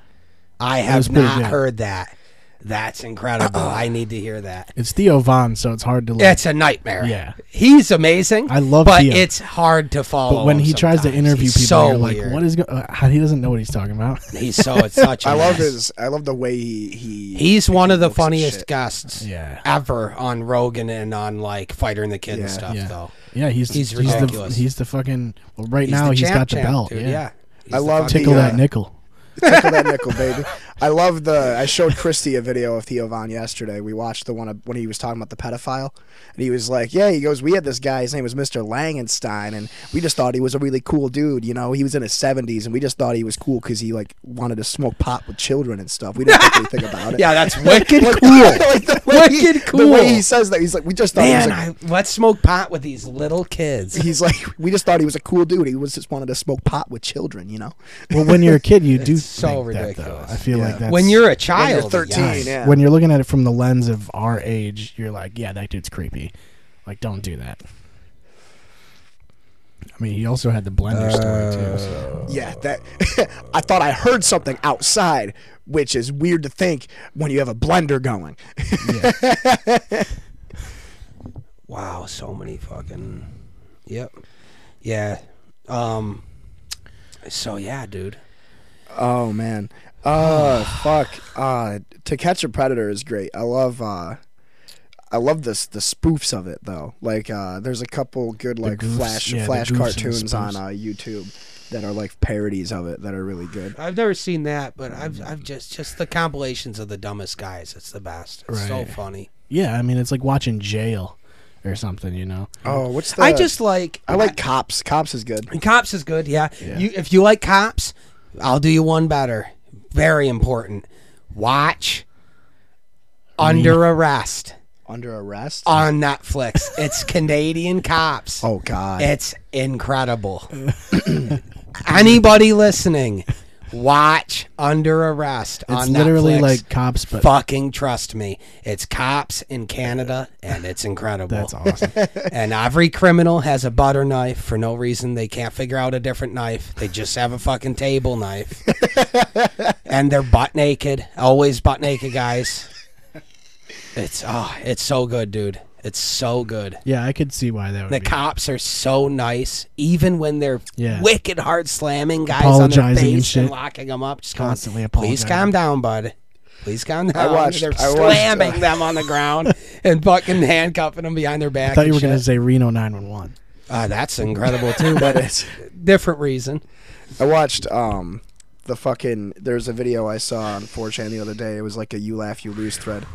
I was have pretty not good. heard that. That's incredible. I need to hear that. It's Theo Vaughn, so it's hard to. Like, It's a nightmare. Yeah. he's amazing. I love but Theo. it's hard to follow. but when him he tries to sometimes. interview He's people, so you're like, weird. "What is going? Uh, how- he doesn't know what he's talking about." He's so it's such. a I love mess. his. I love the way he he. He's one of the looks at funniest shit. guests Yeah. ever on Rogan and on like Fighter and the Kid and Yeah. stuff. Yeah. Though Yeah, he's He's he's, the ridiculous. he's the fucking. Well, right He's now the he's champ got the champ, belt. dude. yeah. Yeah. I He's the love fucking- tickle the, that uh, nickel. Tickle that nickel, baby. I love the. I showed Christy a video of Theo Von yesterday. We watched the one of, when he was talking about the pedophile, and he was like, "Yeah." He goes, "We had this guy. His name was Mr. Langenstein, and we just thought he was a really cool dude. You know, he was in his seventies, and we just thought he was cool because he like wanted to smoke pot with children and stuff. We didn't think anything about it. Yeah, that's wicked Like- cool. like the way he- Wicked The cool. way he says that, he's like, "We just thought." he was Man, a- I, let's smoke pot with these little kids. He's like, we just thought he was a cool dude. He was just wanted to smoke pot with children, you know. Well, when you're a kid, you do It's so think That, though. ridiculous. I feel Yeah. like that's When you're a child, you're 13, yes. yeah. when you're looking at it from the lens of our age, you're like, yeah, that dude's creepy. Like, don't do that. I mean, he also had the blender story too. so- Yeah, that I thought I heard something outside, which is weird to think when you have a blender going. Uh. Wow, so many fucking. Yep. Yeah. Um, So yeah, dude. Oh man. Uh fuck. Uh To Catch a Predator is great. I love uh I love this the spoofs of it though. Like uh there's a couple good like goofs, flash yeah, the flash goofs and the cartoons on spoofs. uh YouTube that are like parodies of it that are really good. I've never seen that, but I've I've just just the compilations of the dumbest guys. It's the best. It's so Right. funny. Yeah, I mean it's like watching Jail or something, you know. Oh, what's the I just like I like Cops. Cops is good. And cops is good, yeah. You if you like cops, I'll do you one better. Very important. Watch Under Arrest Under arrest. on Netflix. It's Canadian cops. oh god. It's incredible. Anybody listening, watch Under Arrest It's on literally Netflix. like cops, but fucking trust me. It's cops in Canada and it's incredible. that's awesome. And every criminal has a butter knife for no reason. They can't figure out a different knife. They just have a fucking table knife. and they're butt naked. Always butt naked guys. It's oh, it's so good, dude. It's so good. yeah, I could see why that would The be cops are so nice, even when they're Yeah. wicked hard slamming guys on their Apologizing face and and, shit. locking them up, just going, Constantly Please apologizing." calm down, bud. Please calm down. watched- they're I watched, uh, slamming them on the ground and fucking handcuffing them behind their back. I thought and you were shit. gonna say Reno 911. Uh, that's incredible too, but it's different reason. I watched um the fucking there's a video I saw on 4chan the other day. It was like a you laugh you lose thread,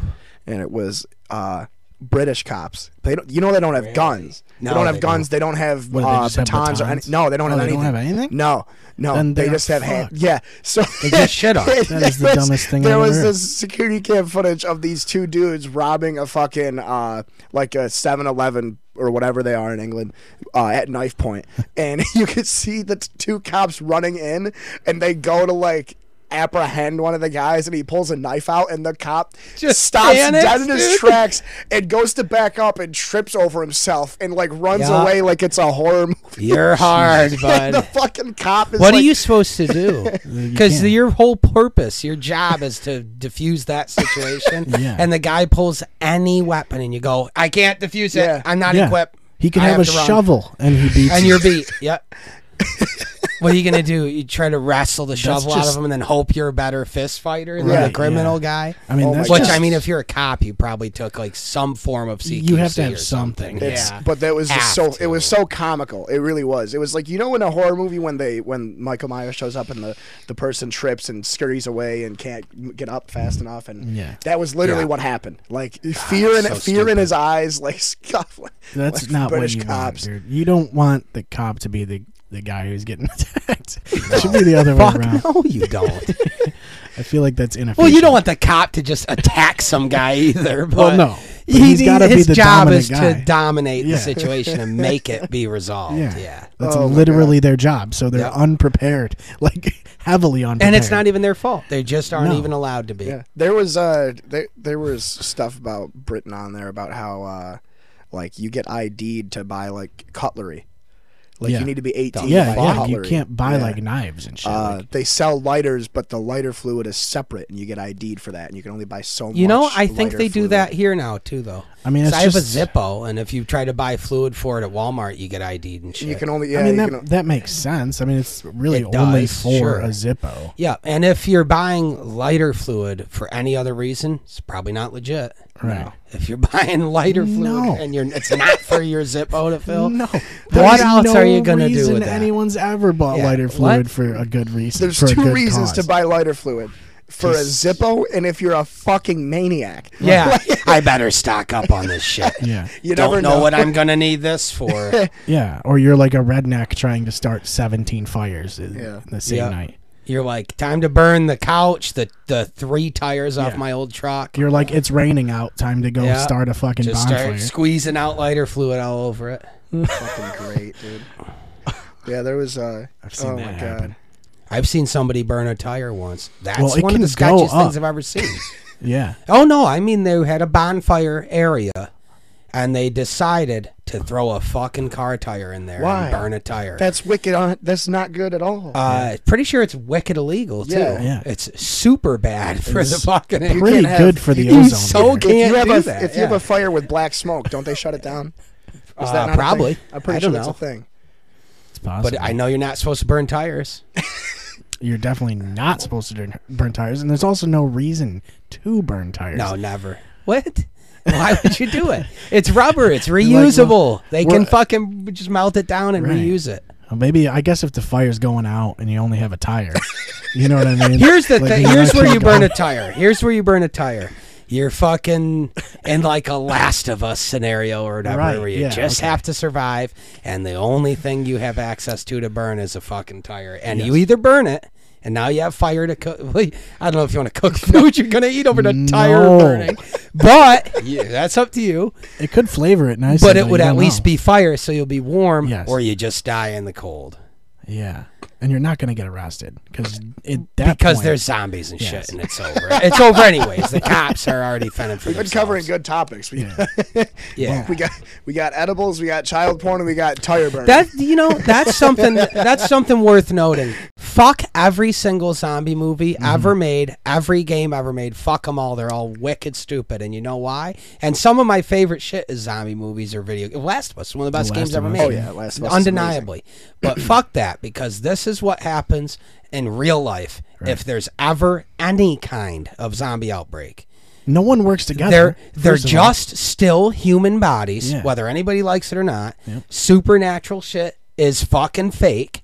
and it was uh British cops. They don't, you know they don't have guns. No, they don't have they guns. They don't have What, they uh, just have batons or any, batons? no. They don't Oh, have they anything. don't have anything? No, no. Then they they're just have hand. fucked. Yeah. So they just shit on it. That is the dumbest thing There I've was ever heard. this security cam footage of these two dudes robbing a fucking uh like a 7-Eleven or whatever they are in England uh, at knife point, and you could see the t- two cops running in, and they go to like apprehend one of the guys and he pulls a knife out and the cop Just stops panics, dead in his dude. tracks and goes to back up and trips over himself and like runs Yeah. away like it's a horror movie You're hard, and the bud. fucking cop is What like, are you supposed to do? Because can't. your whole purpose, your job is to defuse that situation. Yeah. And the guy pulls any weapon, and you go, "I can't defuse it. Yeah. I'm not yeah, equipped." he can I have, a to run." shovel and he beats. and you. you're beat. Yep. what are you gonna do? You try to wrestle the shovel out just- of him, and then hope you're a better fist fighter than Right, the criminal guy. I mean, Oh that's my Which just, I mean, if you're a cop, you probably took like some form of CQC You have to have or something. It's, yeah. But that was just so Have it was to. so comical. It really was. It was like you know in a horror movie when they when Michael Myers shows up and the the person trips and scurries away and can't m- get up fast enough and Yeah. that was literally Yeah. what happened. Like fear in so fear in his eyes like scuffling. that's like not British what you cops. want, dude. You don't want the cop to be the the guy who's getting attacked. it should be the other way Fuck around. no, you don't. I feel like that's inefficient. well, you don't want the cop to just attack some guy either. But Well, no. But he- he's he- gotta be his the job dominant is guy. to dominate Yeah. the situation and make it be resolved. Yeah. Oh Yeah. That's literally their job. So they're Yep. unprepared, like heavily unprepared. And it's not even their fault. They just aren't No. even allowed to be. Yeah. There was uh there there was stuff about Britain on there about how uh like you get ID'd to buy like cutlery. Like Yeah. you need to be 18 Yeah, to buy yeah. You cutlery. can't buy Yeah. like knives and shit. Uh, like- they sell lighters, but the lighter fluid is separate, and you get ID'd for that, and you can only buy so much. You know, I think lighter they do fluid. that here now too, though. I mean, 'Cause it's I have a just- Zippo, and if you try to buy fluid for it at Walmart, you get ID'd and shit. You can only. Yeah, I mean, you that, can, that makes sense. I mean, it's really It only does, for sure. a Zippo. Yeah, and if you're buying lighter fluid for any other reason, it's probably not legit. Right. If you're buying lighter fluid No. and you're it's not for your Zippo to fill, No. What There's else no are you gonna do reason with that? Anyone's ever bought Yeah, lighter what? fluid for a good reason. there's for a two good reasons to cause. buy lighter fluid: for a Zippo, and if you're a fucking maniac. Yeah, I better stock up on this shit. Yeah. You Don't never know, what I'm gonna need this for. Yeah. Or you're like a redneck trying to start 17 fires in Yeah. the same Yeah. night. You're like, time to burn the couch, the the three tires off Yeah. my old truck. You're like, it's raining out. Time to go Yeah. start a fucking just bonfire. start squeezing out lighter fluid all over it. fucking great, dude. Yeah, there was. Uh, I've seen oh that my happen. god. I've seen somebody burn a tire once. That's Well, it one of can the go sketchiest up. things I've ever seen. yeah. Oh no, I mean they had a bonfire area and they decided to throw a fucking car tire in there Why? and burn a tire. That's wicked. On that's not good at all. uh, pretty sure it's wicked illegal too. Yeah. Yeah. It's super bad for the It's fucking You Pretty can't have- good for the you- ozone. so layer. good. can't if you have do a, that, If you have yeah. a fire with black smoke, don't they shut it down? Is Uh, that not a thing? probably. I'm pretty I sure don't that's a know. thing. It's possible. But I know you're not supposed to burn tires. You're definitely not supposed to burn, burn tires, and there's also no reason to burn tires. No, never. What? Why would you do it? It's rubber. It's reusable. they can we're- fucking just melt it down and Right. reuse it. Well, Uh, Maybe I guess if the fire's going out and you only have a tire, you know what I mean. Here's the Like, thing. you're Here's not where you gonna burn a go- tire. Here's where you burn a tire. You're fucking in like a Last of Us scenario or whatever, Right, where you yeah, just okay. have to survive, and the only thing you have access to to burn is a fucking tire, and you either burn it, and now you have fire to cook. I don't know if you want to cook food you're gonna eat over the tire No. burning, but yeah, that's up to you. It could flavor it nice, but it would at least be fire, so you'll be warm, Yes. or you just die in the cold yeah. And you're not gonna get arrested because that because point, there's zombies and Yes. shit, and it's over. it's over anyways. The cops are already fending for We've been covering themselves. good topics. We, Yeah. we got we got edibles, we got child porn, and we got tire burning. That you know, that's something that's something worth noting. Fuck every single zombie movie Mm-hmm. ever made, every game ever made. Fuck them all. They're all wicked stupid, and you know why? And some of my favorite shit is zombie movies or video. Last of Us, one of the best Last games of ever Us, made. Oh, yeah, Last of Us is undeniably. But fuck that because this is what happens in real life if there's ever any kind of zombie outbreak. no one works together. They're they're first of all. just still human bodies, Yeah. whether anybody likes it or not. Supernatural shit is fucking fake.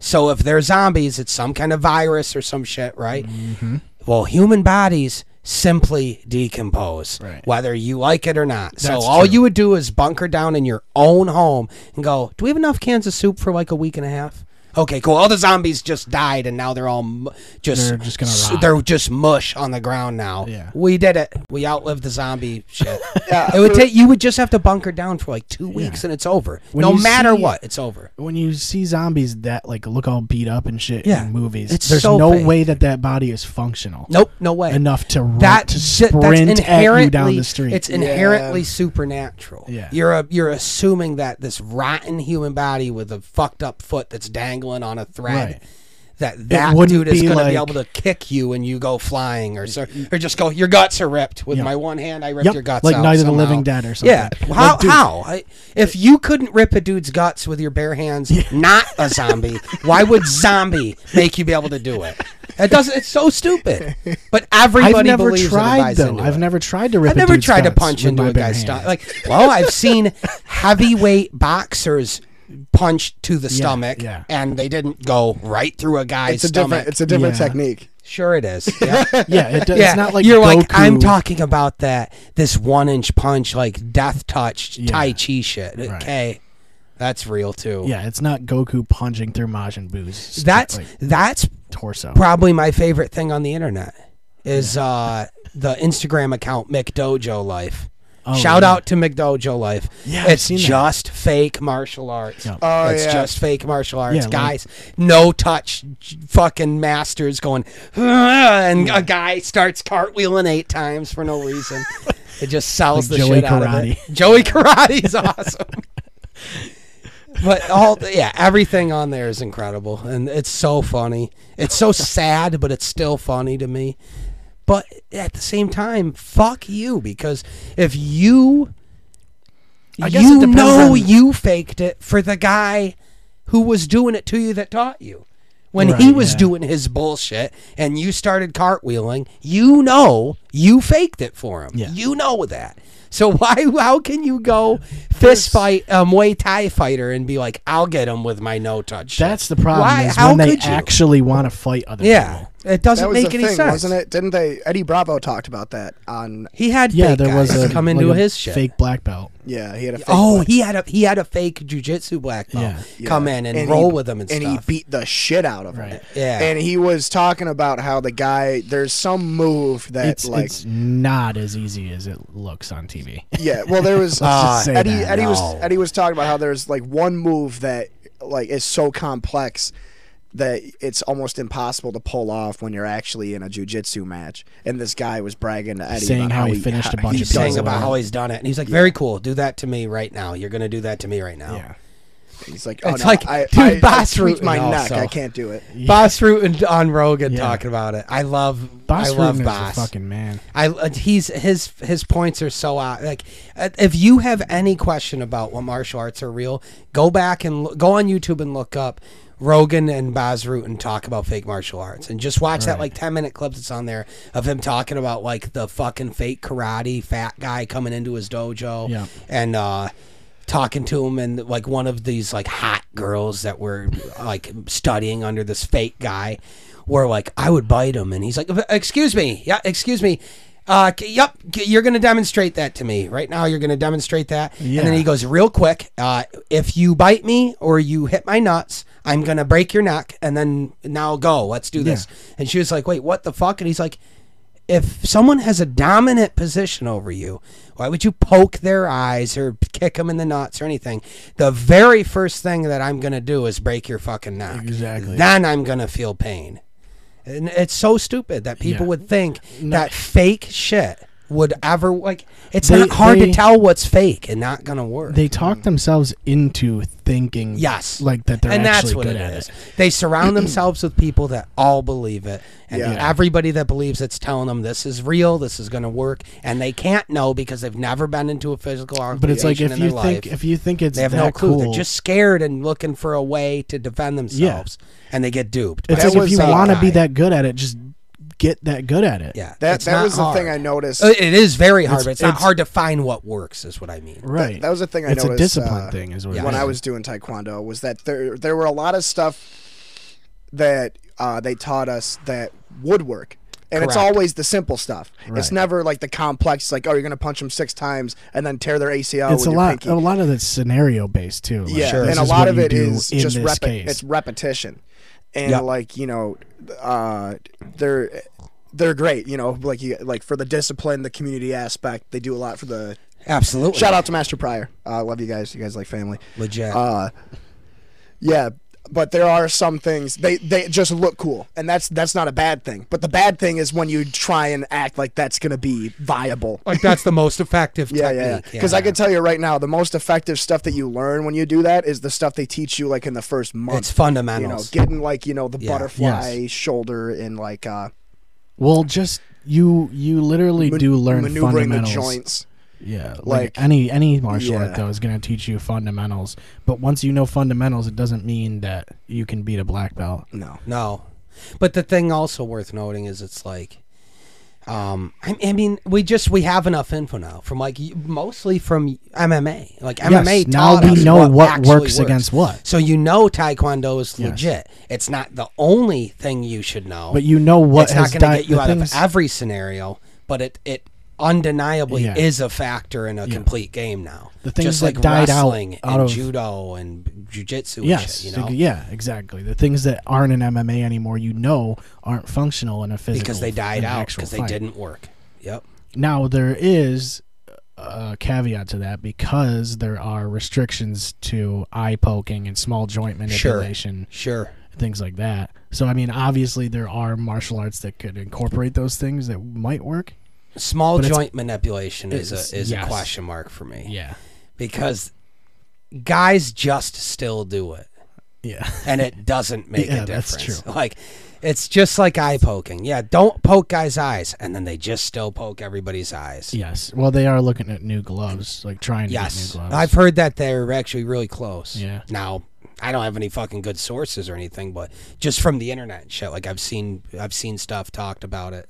So if they're zombies, it's some kind of virus or some shit, right? Mm-hmm. Well, human bodies simply decompose, Right. whether you like it or not. so That's all true. you would do is bunker down in your own home and go, "Do we have enough cans of soup for like a week and a half?" Okay, cool. All the zombies just died, and now they're all mu- just They're just gonna s- rot. They're just mush on the ground now. Yeah. We did it. We outlived the zombie shit. Yeah. It would take you would just have to bunker down for like two weeks and it's over. When no you matter see- what, it's over. when you see zombies that like look all beat up and shit Yeah, in movies, it's there's so no fake. way that that body is functional. Nope, no way. Enough to run, That to shit- sprint that's at inherently you down the street. It's inherently supernatural. Yeah. You're a, you're assuming that this rotten human body with a fucked up foot that's dangling on a thread. Right. That that wouldn't dude is be going to like- be able to kick you and you go flying, or so, or just go. Your guts are ripped. With Yeah. my one hand, I ripped Yep, your guts like out. Night of the somehow. Living Dead or something. Yeah, Like, how? dude- how? I, if you couldn't rip a dude's guts with your bare hands, not a zombie, why would zombie make you be able to do it? It doesn't. It's so stupid. But everybody I've never believes it and tried buys though. into I've it. never tried to rip. I've a never dude's tried to guts punch with my into a bare guy's hand. stomach. Like, well, I've seen heavyweight boxers punch to the stomach, yeah. and they didn't go right through a guy's it's a stomach. different it's a different Yeah. technique. sure, it is. Yeah. Yeah, it, does- yeah, it's not like you're Goku. like I'm talking about that this one inch punch like death touch Yeah. Tai Chi shit. Right. Okay, that's real too. Yeah, it's not Goku punching through Majin Buu's st- that's like, that's torso. probably my favorite thing on the internet is uh, the Instagram account McDojo Life. Shout Oh, yeah. out to McDojo Life. Yeah, I've it's seen that. just fake martial arts. Yeah. Oh, it's yeah. just fake martial arts, Yeah, like- guys. no touch, j- fucking masters going, "Ugh," and a guy starts cartwheeling eight times for no reason. it just sells Like the Joey shit out of it. Karate. Joey Karate's awesome. But all yeah, everything on there is incredible, and it's so funny. It's so sad, but it's still funny to me. But at the same time, fuck you because if you I guess it you depends know on- you faked it for the guy who was doing it to you that taught you. When he Right, was yeah. doing his bullshit and you started cartwheeling, you know you faked it for him. Yeah. You know that. So why how can you go fist fight a Muay Thai fighter and be like, I'll get him with my no touch? That's the problem. Why- Is how when they could you? actually want to fight other Yeah. people. It That doesn't was make the any thing, sense. wasn't it? Didn't they Eddie Bravo talked about that on He had Yeah, fake there was guys a come like into a his shit. fake black belt. Yeah, he had a fake oh, black- he had a he had a fake jujitsu black belt Yeah. come Yeah. in and, roll he- with him and, stuff. he beat the shit out of him. Right. Yeah. And he was talking about how the guy there's some move that It's like it's not as easy as it looks on TV. yeah, well there was just say Eddie that. Eddie was No. Eddie was talking about how there's like one move that like is so complex that it's almost impossible to pull off when you're actually in a jujitsu match. And this guy was bragging to Eddie Saying about how how he finished a bunch he of does people. saying it. about away. how he's done it, and he's like, "Very cool. Do that to me right now. You're gonna do that to me right now." Yeah. He's like, oh It's no, like, I, dude, I, I Boss tweaked Rutan my neck. also. I can't do it. Boss Root and on Rogan Yeah. talking about it. I love Boss I love Rutan is Boss. a fucking man. I uh, he's his his points are so out. Like uh, if you have any question about what martial arts are real, go back and lo- go on YouTube and look up Rogan and Baz Rutten talk about fake martial arts, and just watch that Right. like ten minute clip that's on there of him talking about like the fucking fake karate fat guy coming into his dojo, Yeah. and uh, talking to him, and like one of these like hot girls that were like studying under this fake guy, were like, I would bite him, and he's like, Excuse me, yeah, excuse me. Uh, c- yep, c- you're going to demonstrate that to me right now. You're going to demonstrate that, and then Yeah. he goes real quick. Uh, if you bite me or you hit my nuts, I'm gonna break your neck, and then now go. Let's do this. And she was like, "Wait, what the fuck?" And he's like, "If someone has a dominant position over you, why would you poke their eyes or kick them in the nuts or anything? The very first thing that I'm gonna do is break your fucking neck. Exactly. Then I'm gonna feel pain. And it's so stupid that people Yeah. would think that fake shit." Would ever like it's They- not hard they- to tell what's fake and not gonna work. They talk themselves into thinking Mm. Yes. like that they're and actually that's what good it at is. it. They surround themselves with people that all believe it, and Yeah. everybody that believes it's telling them this is real, this is going to work, and they can't know because they've never been into a physical But it's like altercation if in their you think life. if you think it's they have that no clue. cool, They're just scared and looking for a way to defend themselves, and they get duped. it's That like if was you a want to guy. be that good at it, just get that good at it. yeah, That it's that not was the thing I hard. noticed. Uh, It is very hard, It's- but it's not it's- hard to find what works. Is what I mean. right. that was the thing I it's noticed. a discipline uh, thing, is what. it Yeah. when is. I was doing taekwondo was that there there were a lot of stuff that uh, they taught us that would work. And it's Correct. always the simple stuff. It's Right. never like the complex, like oh, you're gonna punch them six times and then tear their ACL. it's with a your lot. oh, pinky. A lot of it's scenario based too. Like, Yeah, this and a is lot what of you it do is in just this repi- case. it's repetition, and Yep. like you know, uh, they're they're great. You know, like you like for the discipline, the community aspect, they do a lot for the. Absolutely. Shout out to Master Pryor, uh, love you guys. You guys like family. Legit. Uh, yeah, but there are some things they they just look cool, and that's that's not a bad thing. But the bad thing is when you try and act like that's gonna be viable. like that's the most effective Yeah, technique. yeah. Because I can tell you right now, the most effective stuff that you learn when you do that is the stuff they teach you like in the first month. It's You know, fundamentals. getting like you know the Yeah. butterfly shoulder and like uh, Well, just you you literally man- do learn maneuvering the fundamentals. joints. Yeah, like, Like- any any martial Yeah. art though is going to teach you fundamentals. But once you know fundamentals, it doesn't mean that you can beat a black belt. No, No. But the thing also worth noting is it's like, um, I, I mean, we just we have enough info now from like y- mostly from MMA. Like MMA. yes, now taught we us know what, actually works, against what. So you know Taekwondo is Yes. legit. It's not the only thing you should know. But you know what it's has not going di- to get you the out things- of every scenario. But it it undeniably Yeah. is a factor in a complete game now. The things just that like died out- wrestling out and of- judo and jujitsu. and Yes, shit, you know. yeah, exactly. The things that aren't in MMA anymore, you know, aren't functional in a physical because they died an out actual because they fight. didn't work. Yep. Now there is a caveat to that because there are restrictions to eye poking and small joint Sure. manipulation, Sure. things like that. So I mean, obviously there are martial arts that could incorporate those things that might work. Small But it's- joint manipulation is it's- a is yes. a question mark for me. Yeah, Because guys just still do it. yeah, And it doesn't make Yeah, a that's difference. true. Like it's just like eye poking. Yeah, don't poke guys' eyes. And then they just still poke everybody's eyes. yes. Well, they are looking at new gloves, like trying to Yes. get new gloves. I've heard that they're actually really close. Yeah. Now, I don't have any fucking good sources or anything, but just from the internet and shit, like I've seen I've seen stuff talked about it.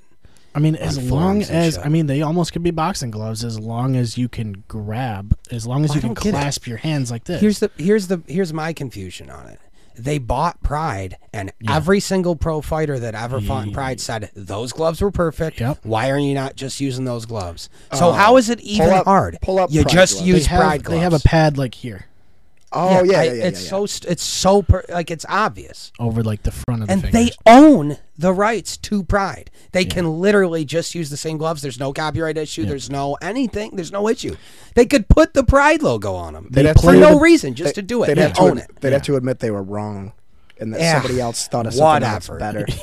I mean, as on long forums and as shit. I mean, they almost could be boxing gloves as long as you can grab, as long as Well, you I can don't get it. clasp your hands like this. Here's the here's the here's my confusion on it. They bought Pride, and every single pro fighter that ever fought in Pride said those gloves were perfect. Yep. Why are you not just using those gloves? So how is it even up- hard? Uh, pull up You Pride just gloves. they use have, Pride gloves. they have a pad like here oh yeah, yeah, I- yeah, yeah, it's yeah. so st- it's so per- like it's obvious, over like the front of the and fingers. they own the rights to Pride. They can literally just use the same gloves. There's no copyright issue. There's no anything. There's no issue. They could put the Pride logo on them They'd have for to- no reason, just to do it. They'd They have to own ad- it. They'd have to admit they were wrong, and that Yeah. somebody else thought of something else Whatever. Oh, better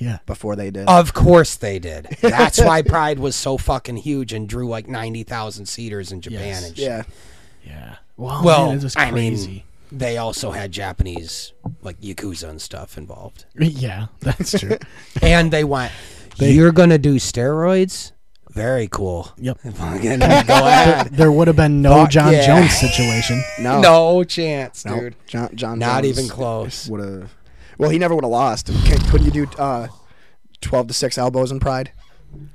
yeah. before they did. Of course they did. That's why Pride was so fucking huge and drew like 90,000 seaters in Japan Yes. and shit. yeah, Yeah. Well, Well, man, it was I crazy. mean, they also had Japanese like yakuza and stuff involved. yeah, that's true. And they went, "You're going to do steroids? Very cool. Yep. Fucking go ahead. There would have been no Fuck John yeah. Jones situation. No, No chance, no. dude. John, John, Not Jones even close. Would have. Well, he never would have lost. Can, couldn't you do uh, twelve to six elbows in Pride?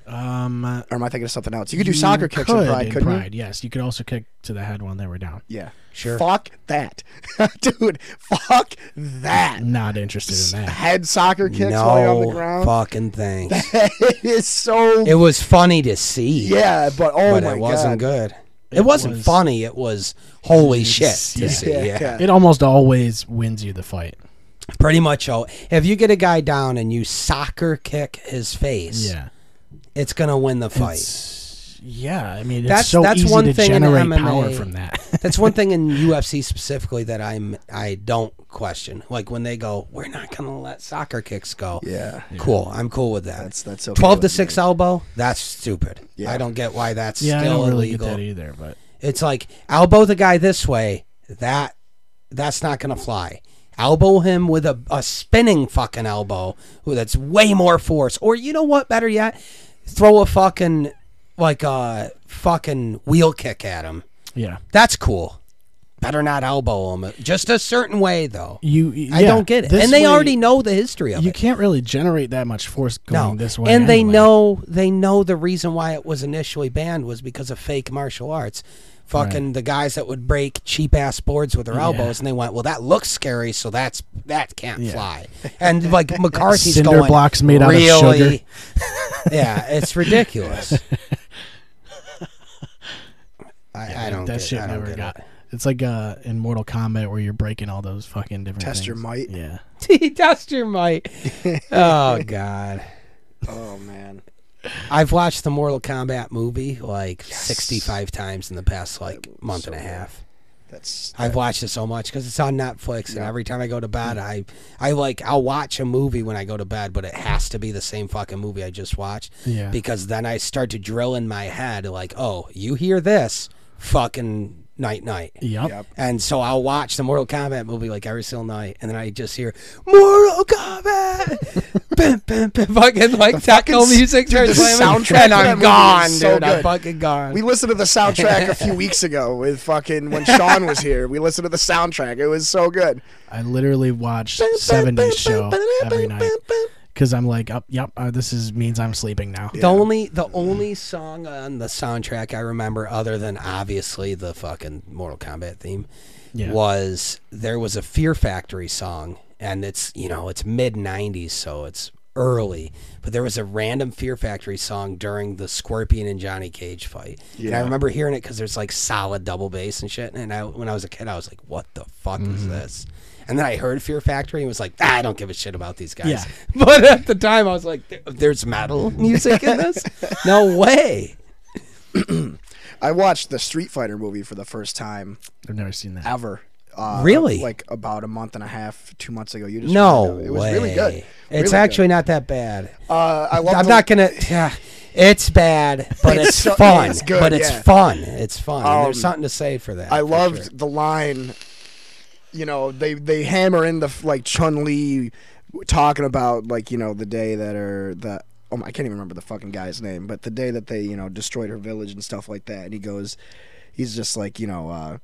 Um, uh, Or am I thinking of something else? You could do soccer kicks in could Pride, couldn't you? Pride, Yes, you could also kick to the head when they were down. Yeah. Sure. Fuck that. Dude, fuck that. Not interested in that. Head soccer kicks while you're on the No ground. fucking thing. it is so It was funny to see. Yeah, but oh but my it wasn't god. good. It, wasn't was- funny. It was holy shit to Yeah. see. Yeah. It almost always wins you the fight. Pretty much. Oh, if you get a guy down and you soccer kick his face, Yeah. it's gonna win the fight. It's- yeah, I mean, it's That's- so that's easy one to thing in generate MMA. power from that. That's one thing in UFC specifically that I'm I don't question. Like when they go, we're not gonna let soccer kicks go. Yeah. Cool. I'm cool with that. That's that's okay Twelve to with six elbow. That's stupid. Yeah. I don't get why that's yeah, I still don't really illegal. get that either. But It's like elbow the guy this way. That that's not gonna fly. Elbow him with a, a spinning fucking elbow. Ooh, that's way more force. Or you know what? Better yet, throw a fucking like a fucking wheel kick at him. yeah, That's cool. Better not elbow him. Just a certain way though. you. y- I yeah, don't get it. this And they way, already know the history of You it. can't really generate that much force going No, this way. and they anyway. know they know the reason why it was initially banned was because of fake martial arts. Fucking the guys that would break cheap ass boards with their elbows, and they went, "Well, that looks scary, so that's that can't fly." And like McCarthy's Cinder going, blocks made out of really? sugar. yeah, it's ridiculous. I, I don't. that get, shit I don't never get got. It's like uh, in Mortal Kombat where you're breaking all those fucking different Test your things. might. Yeah, It. Duster might. Oh God. Oh man. I've watched the Mortal Kombat movie like 65 times in the past like month and a half. That's I've watched it so much because it's on Netflix, and every time I go to bed, I, I like I'll watch a movie when I go to bed, but it has to be the same fucking movie I just watched. Yeah. Because then I start to drill in my head like, oh, you hear this, fucking night night. yep. Yep. And so I'll watch the Mortal Kombat movie like every single night, and then I just hear Mortal Kombat, bam, bam, bam, fucking like techno fucking s- music starts dude, the playing, soundtrack and to that I'm movie gone, is so dude. I'm good. fucking gone. We listened to the soundtrack a few weeks ago with fucking when Sean was here. We listened to the soundtrack. It was so good. I literally watch '70s show every night because I'm like, up, yep, uh, this is means I'm sleeping now. The only the only song on the soundtrack I remember, other than obviously the fucking Mortal Kombat theme, Yeah. was there was a Fear Factory song, and it's you know it's mid '90s, so it's early, but there was a random Fear Factory song during the Scorpion and Johnny Cage fight, and I remember hearing it because there's like solid double bass and shit, and I when I was a kid, I was like, what the fuck is this? And then I heard Fear Factory and was like, ah, I don't give a shit about these guys. Yeah. But at the time, I was like, "There- there's metal music in this? no way. I watched the Street Fighter movie for the first time I've never seen that. ever. Uh, Really? Like about a month and a half, two months ago. You just No found out. way. It was really good. Really It's good. actually not that bad. Uh, I love. I'm not going to. Yeah. It's bad, but It's it's, so- fun. it's good, but it's yeah. fun. It's fun. And Um, there's something to say for that. I for loved sure. the line. You know, they they hammer in the f- like Chun Li talking about like you know the day that her the oh my, I can't even remember the fucking guy's name, but the day that they you know destroyed her village and stuff like that, and he goes, he's just like you know. uh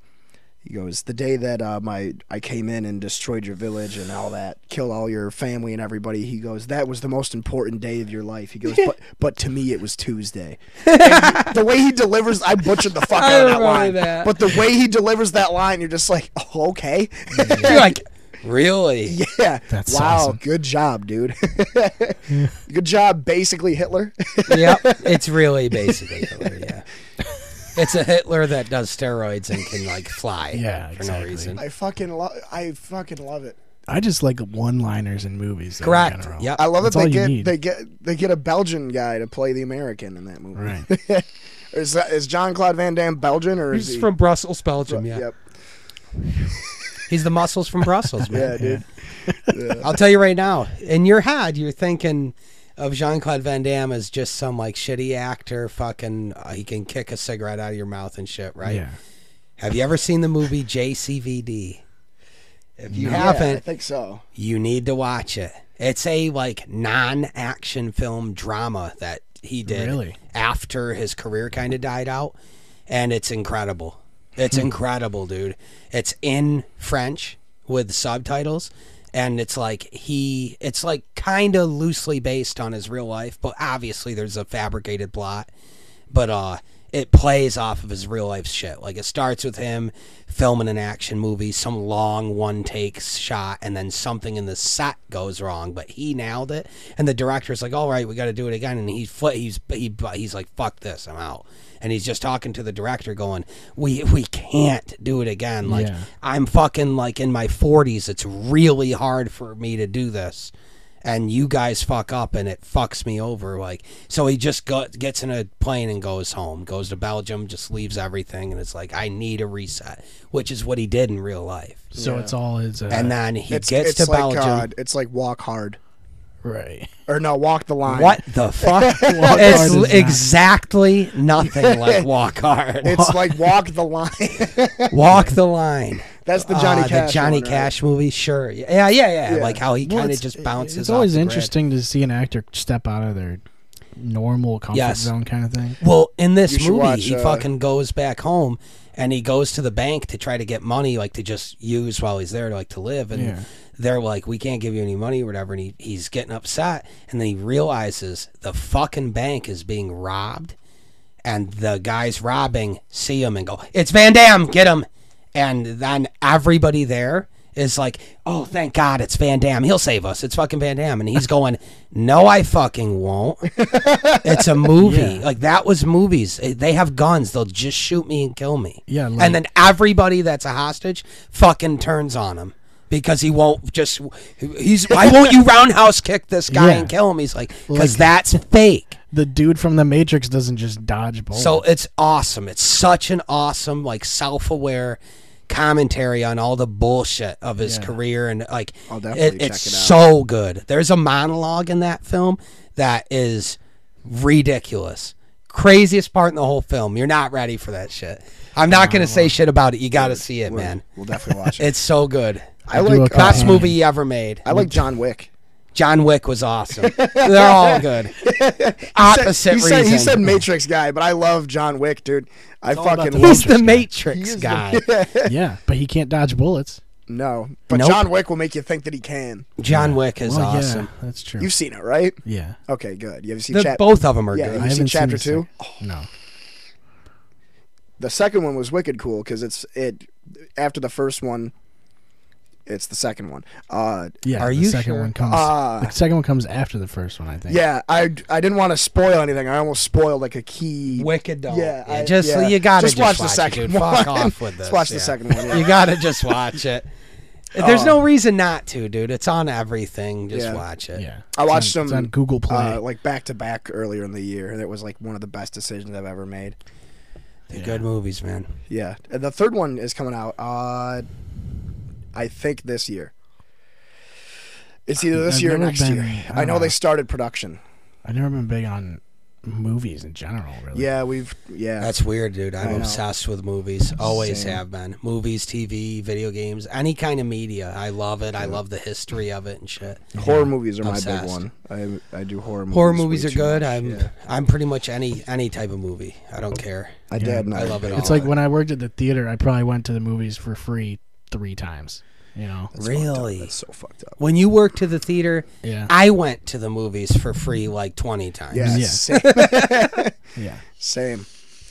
he goes, the day that uh, my I came in and destroyed your village and all that, killed all your family and everybody. He goes, that was the most important day of your life. He goes, but but to me it was Tuesday. And the way he delivers, I butchered the fuck I out of that remember line. that. But the way he delivers that line, you're just like, oh, okay, You're like, really? yeah, Mm-hmm. That's wow, awesome. good job, dude. good job, basically Hitler. yep, it's really basically Hitler, yeah. It's a Hitler that does steroids and can like fly. Yeah, for exactly. no reason. I fucking love, I fucking love it. I just like one-liners in movies. though, in Correct. general. Yep. I love That's that all they you get need. they get they get a Belgian guy to play the American in that movie. Right. is that is John Claude Van Damme Belgian or is He's he from Brussels, Belgium. Yeah. Yep. He's the muscles from Brussels, man. Yeah, dude. I'll tell you right now. In your head, you're thinking of Jean Claude Van Damme as just some like shitty actor. Fucking, uh, he can kick a cigarette out of your mouth and shit, right? Yeah. Have you ever seen the movie JCVD? If you Yeah, I haven't, think so. you need to watch it. It's a like non-action film drama that he did Really? after his career kind of died out, and it's incredible. It's incredible, dude. It's in French with subtitles, and it's like he, it's like kind of loosely based on his real life, but obviously there's a fabricated plot but uh it plays off of his real life shit. Like it starts with him filming an action movie, some long one take shot, and then something in the set goes wrong. But he nailed it, and the director's like, "All right, we got to do it again." And he fl- he's he, he's like, "Fuck this, I'm out." And he's just talking to the director, going, "We we can't do it again. Like Yeah. I'm fucking like in my 40s. It's really hard for me to do this." and you guys fuck up and it fucks me over like so he just go, gets in a plane and goes home goes to belgium just leaves everything and it's like i need a reset which is what he did in real life So it's all his. Uh, and then he It's, gets it's to like belgium uh, it's like walk hard right. or no walk the line. what the fuck Hard it's is l- not- exactly nothing like walk hard It's like walk the line. walk the line That's the Johnny Uh, Cash. the johnny one, right? cash movie sure yeah yeah yeah, Yeah. like how he Well, kind of it's- just bounces It's off always the grid. interesting to see an actor step out of their normal comfort Yes. zone kind of thing. Well, in You this should movie, watch, he uh, fucking goes back home and he goes to the bank to try to get money, like to just use while he's there, like to live. And Yeah. they're like, "We can't give you any money, or whatever." And he, he's getting upset, and then he realizes the fucking bank is being robbed, and the guys robbing see him and go, "It's Van Damme, get him!" And then everybody there is like, "Oh, thank God, it's Van Damme. He'll save us. It's fucking Van Damme." And he's going, "No, I fucking won't." It's a movie. Yeah. Like that was movies. Eh, They have guns. They'll just shoot me and kill me. Yeah, like- and then everybody that's a hostage fucking turns on him because he won't just. He's why won't you roundhouse kick this guy Yeah. and kill him? He's like because that's fake. The dude from The Matrix doesn't just dodge Oh, bullets. So it's awesome. It's such an awesome, like self-aware commentary on all the bullshit of his Yeah. career and like I'll definitely check it's it out. so good. There's a monologue in that film that is ridiculous. Craziest part in the whole film. You're not ready for that shit. I'm not going to Oh. say shit about it. You got to see it, man. We'll definitely watch it. It's so good. I do like a couple- uh, Best movie he ever made. I like John Wick. John Wick was awesome. They're all good. said- Opposite he said, reason. he said Matrix guy, but I love John Wick, dude. I all about fucking the love- He's Matrix the guy. Matrix guy. yeah, but he can't dodge bullets. no, but Nope. John Wick will make you think that he can. John Wick is Well, awesome. yeah, that's true. You've seen it, right? yeah, Okay, good. You ever seen The, chap- both of them are Yeah, good. you seen chapter the two? second- No, The second one was wicked cool because it's it after the first one. It's the second one. Uh, yeah. Are the you second sure? one comes? Ah. the second one comes after the first one, I think. yeah, I I didn't want to spoil anything. I almost spoiled like a key. Wicked dog. Yeah, I- just yeah. you gotta Just just, watch the it, second dude. Fuck one. off with this. Just watch the yeah. second one, yeah. You gotta just watch it. There's no reason not to, dude. It's on everything. Just Oh. Yeah. watch it. yeah. I It's watched on, them it's on Google Play. uh, like back to back earlier in the year, and it was like one of the best decisions I've ever made. They're good movies, man. Yeah, and the third one is coming out. Uh, I think this year. It's either this I've year or never next been- Oh, year. I I don't know know. they started production. I've never been big on movies in general. Really. Yeah, we've yeah. That's weird, dude. I'm I know. obsessed with movies. Always Same. have been. Movies, TV, video games, any kind of media. I love it. I love the history of it and shit. horror movies are my Obsessed. big one. I I do horror movies. Horror movies way are too good. much, I'm yeah. I'm pretty much any any type of movie. I don't care. My Yeah, dad and I, I love it It's all. like when I worked at the theater, I probably went to the movies for free three times. You know. That's fucked up. Really? That's so fucked up. When you worked to the theater, Yeah. I went to the movies for free like 20 times. Yeah. Yeah. Same. yeah. same.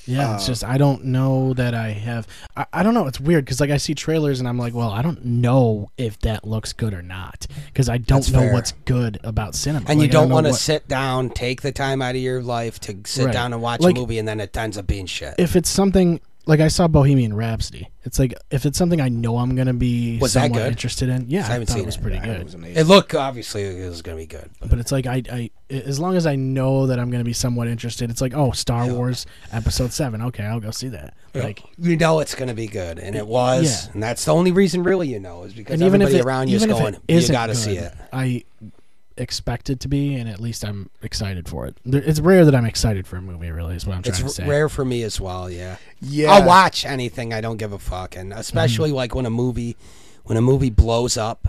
Yeah, Uh. it's just I don't know that I have. I, I don't know. It's weird because like I see trailers and I'm like, well, I don't know if that looks good or not because I don't That's know fair. what's good about cinema. And Like, you I don't know want to what- sit down, take the time out of your life to sit Right. down and watch Like- a movie, and then it ends up being shit. If it's something like I saw Bohemian Rhapsody, it's like if it's something I know I'm gonna be Was that somewhat good? interested in. Yeah, I I, haven't thought seen it was it. pretty I good. was amazed. it looked obviously it was gonna be good. But but it's like I, I, as long as I know that I'm gonna be somewhat interested, it's like oh, Star Wars Episode Seven. Okay, I'll go see that. Like, you know it's gonna be good, and it was, Yeah. and that's the only reason really you know is because and even if everybody it, around you is even if going, it you isn't gotta good, see it. I expect it to be, and at least I'm excited for it. There, it's rare that I'm excited for a movie. Really, is what I'm trying to It's say. r- rare for me as well. Yeah. Yeah. Mm. I'll watch anything. I don't give a fuck, and especially like when a movie, when a movie blows up,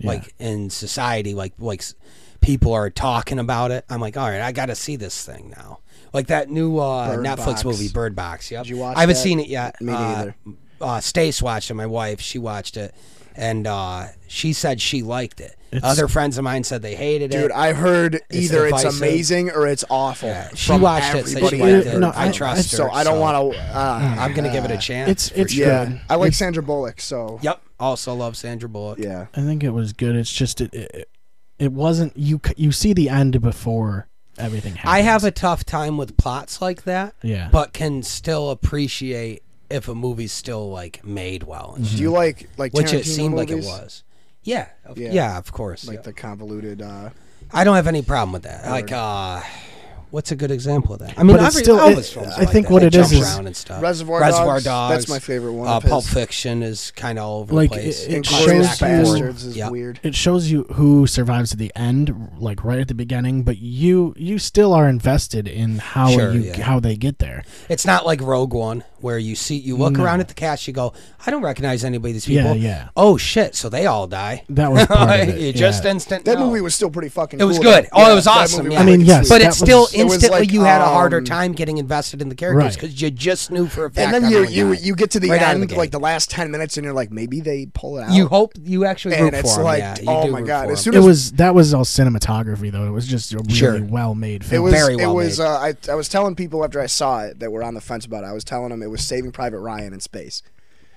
like in society like like s- people are talking about it i'm like all right i gotta see this thing now like that new uh, Bird netflix Box. movie bird box yep Did you watch i haven't that? seen it yet Me Uh, neither. uh, stace watched it my wife she watched it and uh, she said she liked it It's- other friends of mine said they hated it Dude, I heard either it's divisive. amazing or it's awful. Yeah, she from watched it, said she everybody liked I've it. heard No, I- from. trust So her, I don't so- want to. Uh, i'm gonna give it a chance it's for it's sure. yeah, good. I like Sandra Bullock. So yep also love sandra bullock yeah, I think it was good. It's just it it, it wasn't you c- you see the end before everything happens. I have a tough time with plots like that, Yeah. but can still appreciate if a movie's still like made well, Mm-hmm. and do shit, you like like which Tarantino it seemed like it movies? was. Yeah, of- Yeah. yeah, of course. Like yeah. the convoluted. Uh, I don't have any problem with that. Like, uh, what's a good example of that? I mean, But it's every, still- all his it- films I are like think that. what They it is jump is- around and stuff. Reservoir Reservoir Dogs, Dogs. that's my favorite one Uh, of his. Pulp Fiction is kind of all over Like, the place. it- it Cuts shows back Inglorious and forth. Bastards is Yep. weird. it shows you who survives to the end, like right at the beginning. But you you still are invested in how Sure, you yeah. how they get there. It's not like Rogue One where you see you look around at the cast, you go, I don't recognize anybody. These Yeah, people. yeah. Oh shit! So they all die. That was part of it, You just yeah. instant. That no. movie was still pretty fucking. It was cool, good. though. Oh, Yeah, it was that awesome. movie Yeah. I mean, was yes, but that it's still was- it was instantly like, you had a harder um, time getting invested in the characters Right. because you just knew for a fact. And then I'm you gonna you die. you get to the Right out of end, the like gate. the last ten minutes, and you're like, maybe they pull it out. you hope you actually and root it's for 'em, like, yeah, you oh do my root God, for as 'em. soon It was that was all cinematography though. It was just a really Sure. well made It film. was. Very well it was. made. Uh, I, I was telling people after I saw it that were on the fence about it. I was telling them it was Saving Private Ryan in space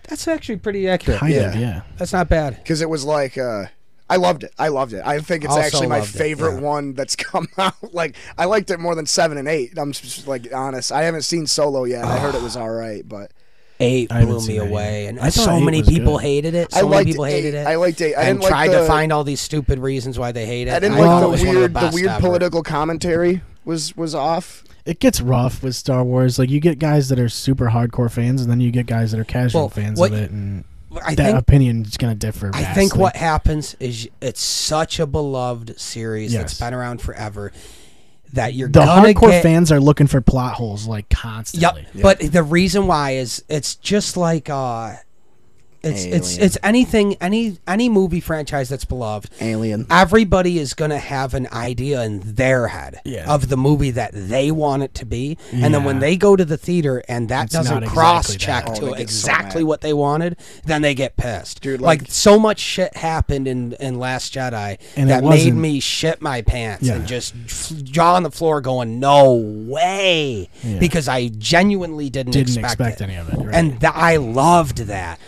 That's actually pretty accurate. kind yeah. of yeah. That's not bad. because it was like. Uh, I loved it. I loved it. I think it's Also actually my loved it, favorite yeah. one that's come out. Like I liked it more than seven and eight. I'm just like honest. I haven't seen Solo yet. I heard it was all right, but Eight I haven't blew seen me that away, either. I and thought so eight many was people good. hated it. So I many liked people eight. hated it. I liked eight. I and didn't like tried the- to find all these stupid reasons why they hate it. I didn't Well, like thought it the was one of weird, the best weird ever. political commentary was was off. It gets rough with Star Wars. Like you get guys that are super hardcore fans, and then you get guys that are casual Well, fans what- of it, and I that think opinion is gonna differ. I Vastly. think what happens is it's such a beloved series that's Yes. been around forever that you're the gonna hardcore get. fans are looking for plot holes like Yep. constantly. But the reason why is it's just like uh, it's it's Alien. it's anything any any movie franchise that's beloved. Alien. Everybody is gonna have an idea in their head Yeah. of the movie that they want it to be, and then when Yeah. they go to the theater and that It's doesn't not exactly cross check that. Oh, they to get so exactly mad. what they wanted, then they get pissed. Dude, like, like- so much shit happened in in Last Jedi And it that made wasn't- me shit my pants and Yeah. just f- jaw on the floor, going, "No way!" Yeah. Because I genuinely didn't, Didn't expect, expect it. any of it, right. and th- I loved that.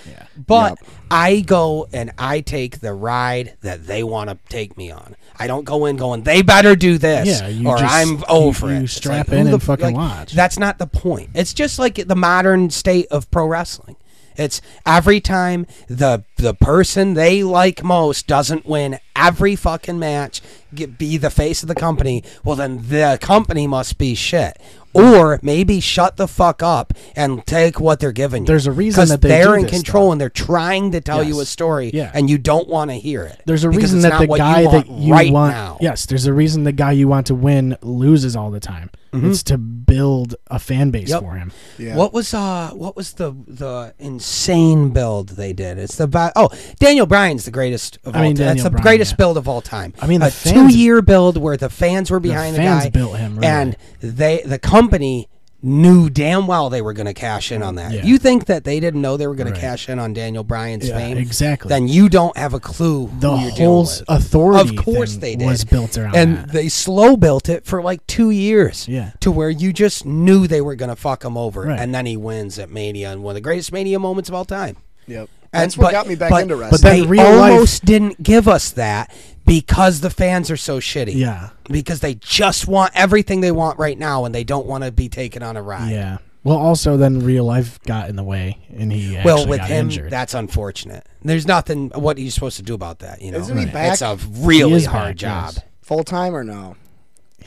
But I go and I take the ride that they want to take me on. I don't go in going, "They better do this," Yeah, you or just- "I'm you- over you it." strap who in the and f- fucking like, watch. That's not the point. It's just like the modern state of pro wrestling. It's every time the the person they like most doesn't win every fucking match, get, be the face of the company. Well, then the company must be shit, or maybe shut the fuck up and take what they're giving you. There's a reason 'Cause that they they're do in this, control though. and they're trying to tell you a Yes. story, Yeah. and you don't want to hear it. There's a because reason it's that not the what guy that you right want, now. yes, there's a reason the guy you want to win loses all the time. Mm-hmm. It's to build a fan base Yep. for him. Yeah. What was uh what was the the insane build they did? It's the ba- oh Daniel Bryan's the greatest of I all mean, time. That's Daniel the Bryan, greatest yeah. build of all time. I mean, the a fans- two year build where the fans were behind the, fans guy, built him, really. and they the company knew damn well they were going to cash in on that. Yeah. You think that they didn't know they were going Right. to cash in on Daniel Bryan's Yeah, fame? exactly. Then you don't have a clue who The you're dealing whole with. authority Of course thing they did. was built around and that. they slow built it for like two years. Yeah. To where you just knew they were gonna fuck him over, Right. and then he wins at Mania, and one of the greatest Mania moments of all time. Yep. And- That's what but- got me back but- into But wrestling. then they real life- almost didn't give us that because the fans are so shitty. Yeah. Because they just want everything they want right now, and they don't want to be taken on a ride. Yeah. Well, also then real life got in the way, and he actually Well, with got him, injured. that's unfortunate. There's nothing. What are you supposed to do about that? You know, Isn't he it's back a really is hard back, job. yes. full time or no?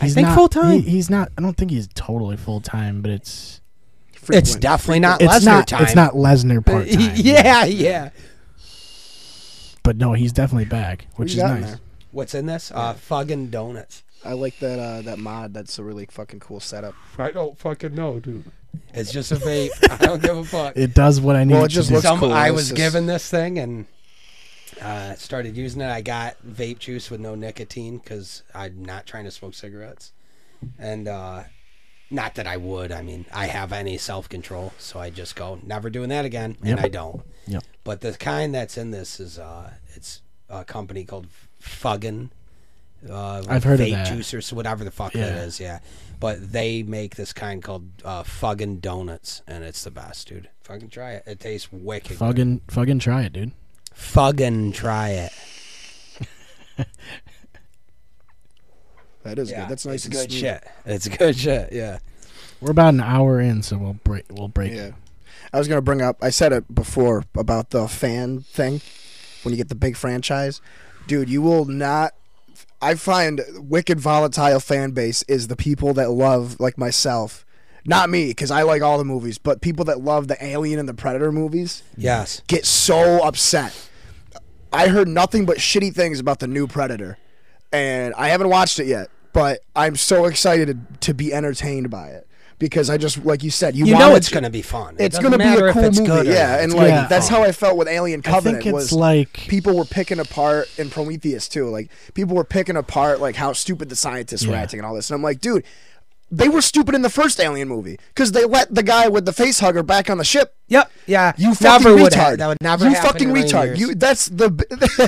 he's think not- full-time. he- he's not. I don't think he's totally full time, but it's It's definitely not it's Lesnar not. time. It's not Lesnar part time. yeah, yeah. But no, he's definitely back, which you is got in nice. there? What's in this? Uh, fucking donuts. I like that uh, that mod. That's a really fucking cool setup. I don't fucking know, dude. It's just a vape. I don't give a fuck. It does what I need. Well, it to just do. looks- Some, cool. I It's was just- given this thing and Uh, started using it. I got vape juice with no nicotine because I'm not trying to smoke cigarettes, and uh, not that I would. I mean, I have any self control, so I just go never doing that again, and Yep. I don't. Yep. But the kind that's in this is uh, it's a company called Fuggin. Uh, like I've heard of vape that. juice or s- whatever the fuck it Yeah. is, yeah. But they make this kind called uh, Fuggin donuts, and it's the best, dude. Fucking try it. It tastes wicked. good. Fucking, fucking try it, dude. Fuggin try it. That is Yeah, good. That's nice It's and good smooth. Mm. shit. It's good shit. Yeah. We're about an hour in, so we'll break. We'll break. Yeah. I was gonna bring up. I said it before about the fan thing. When you get the big franchise, dude, you will not. I find wicked volatile fan base is the people that love like myself, not me because I like all the movies, but people that love the Alien and the Predator movies Yes. get so upset. I heard nothing but shitty things about the new Predator, and I haven't watched it yet, but I'm so excited to be entertained by it because I just like you said, you, You wanted know it's to- going to be fun. It it's doesn't gonna be matter a if cool it's movie, good or not. yeah. And It's like gonna be that's fun. how I felt with Alien I think Covenant it's was like people were picking apart in Prometheus too. Like people were picking apart like how stupid the scientists were Yeah. acting and all this. And I'm like, dude, they were stupid in the first Alien movie because they let the guy with the face hugger back on the ship. Yep. Yeah. You fucking never would retard. have. That would never you happen fucking in a million retard. years. You that's the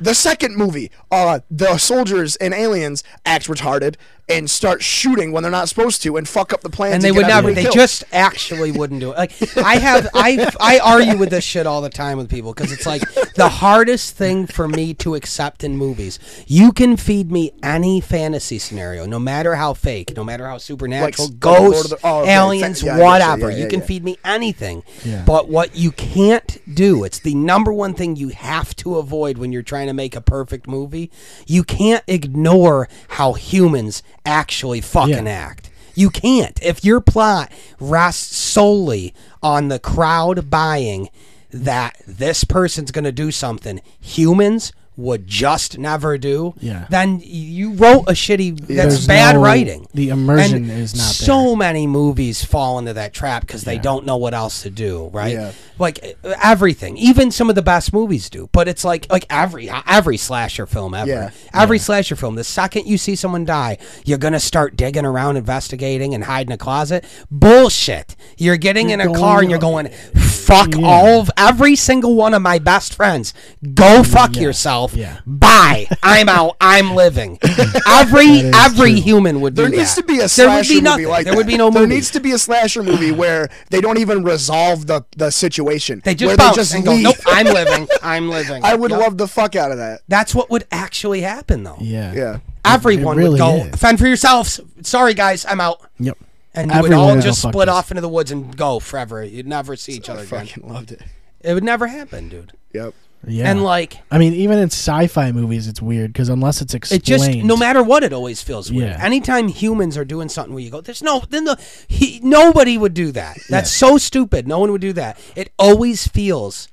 the second movie. Uh, the soldiers and aliens act retarded and start shooting when they're not supposed to and fuck up the plans. and they get would never. everybody They killed. just actually wouldn't do it. Like I have, I I argue with this shit all the time with people because it's like the hardest thing for me to accept in movies. You can feed me any fantasy scenario, no matter how fake, no matter how supernatural, like Lord ghosts, of the- oh, okay, fa- aliens, yeah, I get you. whatever. Yeah, you yeah, can yeah. feed me anything. Yeah. But what you can't do, it's the number one thing you have to avoid when you're trying to make a perfect movie. You can't ignore how humans actually fucking Yeah. act. You can't. If your plot rests solely on the crowd buying that this person's going to do something humans would just never do, Yeah. then you wrote a shitty, that's There's bad no- writing. the immersion And is not there. So many movies fall into that trap because they don't know what else to do, right? Yeah. Like uh, everything, even some of the best movies do. But it's like like every every slasher film ever, Yeah. every slasher film. The second you see someone die, you're gonna start digging around, investigating, and hiding a closet. Bullshit! You're getting in a car and you're going, "Fuck all of every single one of my best friends. Go fuck yourself. Yeah. Bye. I'm out. I'm living. every every human would There do needs that. to be a there would slasher be nothing. movie like there that. would be no There movie. needs to be a slasher movie where they don't even resolve the, the situation. They where just bounce they just and go, leave. nope, I'm living. I'm living. I would Yep. love the fuck out of that. That's what would actually happen, though. yeah, Yeah. Everyone It would really go, is. fend for yourselves. Sorry, guys, I'm out. Yep. And you would Everyone all is all just fucked split up. off into the woods and go forever. You'd never see each other I again. fucking loved it. It would never happen, dude. Yep. yeah. And like, I mean, even in sci-fi movies, it's weird because unless it's explained, it just no matter what, it always feels weird. Yeah. Anytime humans are doing something where you go, there's no, then the he, nobody would do that. That's so stupid. No one would do that. It always feels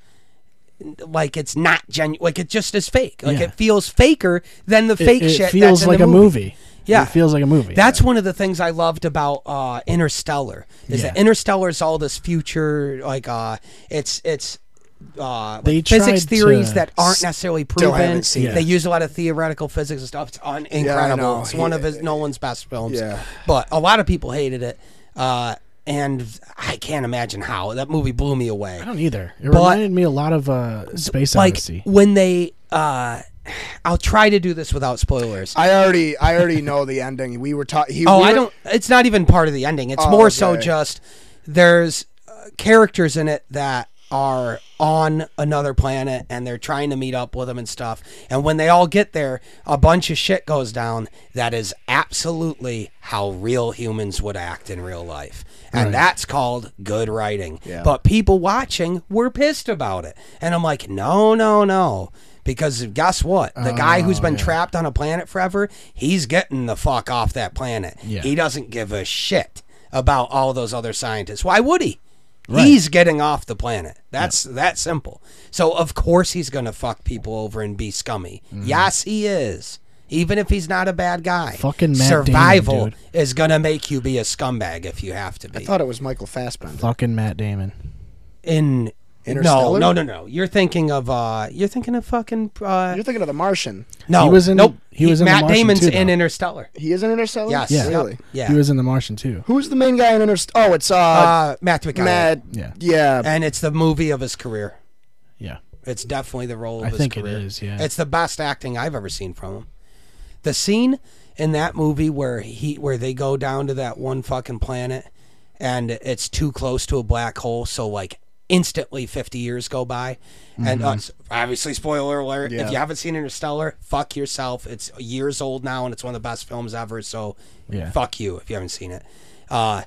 like it's not genuine. Like it just is fake. Like Yeah. it feels faker than the it, fake it shit. feels that's in like the a movie. Yeah. it feels like a movie. That's one of the things I loved about uh, Interstellar. Is that Yeah. Interstellar is all this future like uh, it's it's uh, They like physics tried theories to that aren't necessarily proven. haven't seen it. They use a lot of theoretical physics and stuff. It's un- incredible. know. It's one of He- his Nolan's best films. Yeah. But a lot of people hated it. Uh, and I can't imagine how that movie blew me away I don't either. It But- reminded me a lot of uh, Space like Odyssey. when they uh, I'll try to do this without spoilers. I already I already know the ending. We were taught. Oh, I don't. It's not even part of the ending. It's Oh, more so okay. just there's uh, characters in it that are on another planet and they're trying to meet up with them and stuff. And when they all get there, a bunch of shit goes down that is absolutely how real humans would act in real life. And that's called good writing. But people watching were pissed about it. And I'm like, no, no, no. Because guess what? The guy who's been trapped on a planet forever, he's getting the fuck off that planet. Yeah. He doesn't give a shit about all those other scientists. Why would he? He's getting off the planet. That's that simple. So of course he's gonna fuck people over and be scummy. Mm-hmm. Yes, he is. Even if he's not a bad guy, Fucking Matt Damon, survival dude. is gonna make you be a scumbag if you have to be. I thought it was Michael Fassbender. Fucking Matt Damon. in Interstellar? No, no, no, no. You're thinking of uh, you're thinking of fucking uh, You're thinking of The Martian. no. He was in- nope. he was in The Matt Martian Damon's too, in though. Interstellar. He is in Interstellar. Yes. Yeah. Really. Yeah. He was in The Martian too. Who's the main guy in Interstellar? Oh, it's uh, uh, Matt McConaughey. Matt. Yeah. Yeah. And it's the movie of his career. Yeah. It's definitely the role of I his think it career. is, yeah. It's the best acting I've ever seen from him. The scene in that movie where he where they go down to that one fucking planet and it's too close to a black hole, so like instantly 50 years go by and Mm-hmm. uh, s- obviously spoiler alert if Yeah. you haven't seen interstellar fuck yourself it's years old now and it's one of the best films ever so Yeah. fuck you if you haven't seen it uh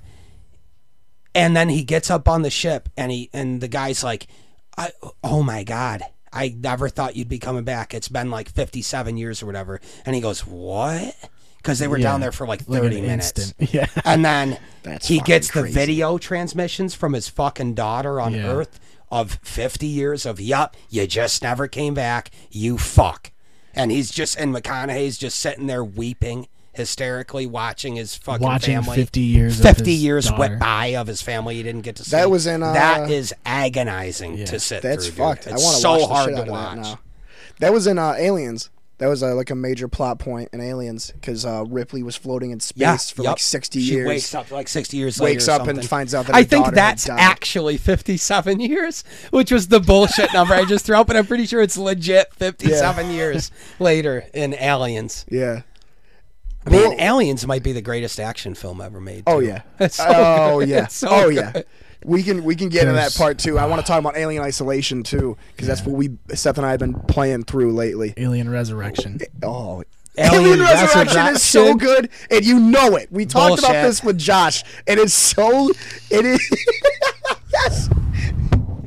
and then he gets up on the ship and he and the guy's like I, oh my god i never thought you'd be coming back it's been like 57 years or whatever and he goes what because they were down Yeah. there for like Like 30 an minutes instant. Yeah. and then That's he fucking gets the crazy. video transmissions from his fucking daughter on Yeah. earth of 50 years of yup you just never came back you fuck and he's just and mcconaughey's just sitting there weeping hysterically watching his fucking Watching family 50 years of 50 his years daughter. went by of his family he didn't get to see That was in, uh, that is agonizing to sit That's through dude. fucked. I It's want to so watch the hard shit to out watch of that now. That was in uh, Aliens. That was uh, like a major plot point in Aliens because uh, Ripley was floating in space Yeah, for yup. like sixty she years. wakes up like 60 years later. Wakes or up and something. finds out that I her think daughter had that's died. actually 57 years, which was the bullshit number I just threw out, but I'm pretty sure it's legit 57 years later in Aliens. Yeah. I mean, Well- Aliens might be the greatest action film ever made. Oh too. yeah. It's so oh good. yeah. It's so oh good. yeah. We can we can get into that There's- part too. I want to talk about Alien Isolation too because that's what we Seth and I have been playing through lately. Alien Resurrection. Oh. Alien Alien, Resurrection, is so Resurrection. good, and you know it. We talked about Bullshit. this with Josh, and it's so it is. yes,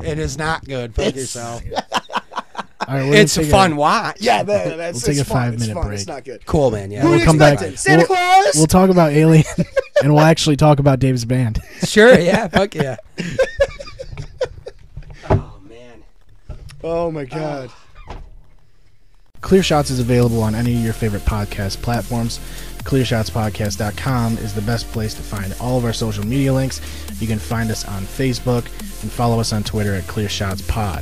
It is not good. Fuck yourself. All right, we're gonna It's a take fun watch. yeah, that, that's We'll take it's a fun, five-minute it's fun, break. It's not good. Cool, man. Yeah. Who We'll you come back. expecting? Santa We'll- Claus. We'll talk about Alien, and we'll actually talk about Dave's band. Sure. Yeah. Fuck yeah. oh, man. oh my god. Clear Shots is available on any of your favorite podcast platforms. ClearShotsPodcast.com is the best place to find all of our social media links. You can find us on Facebook and follow us on Twitter at ClearShotsPod.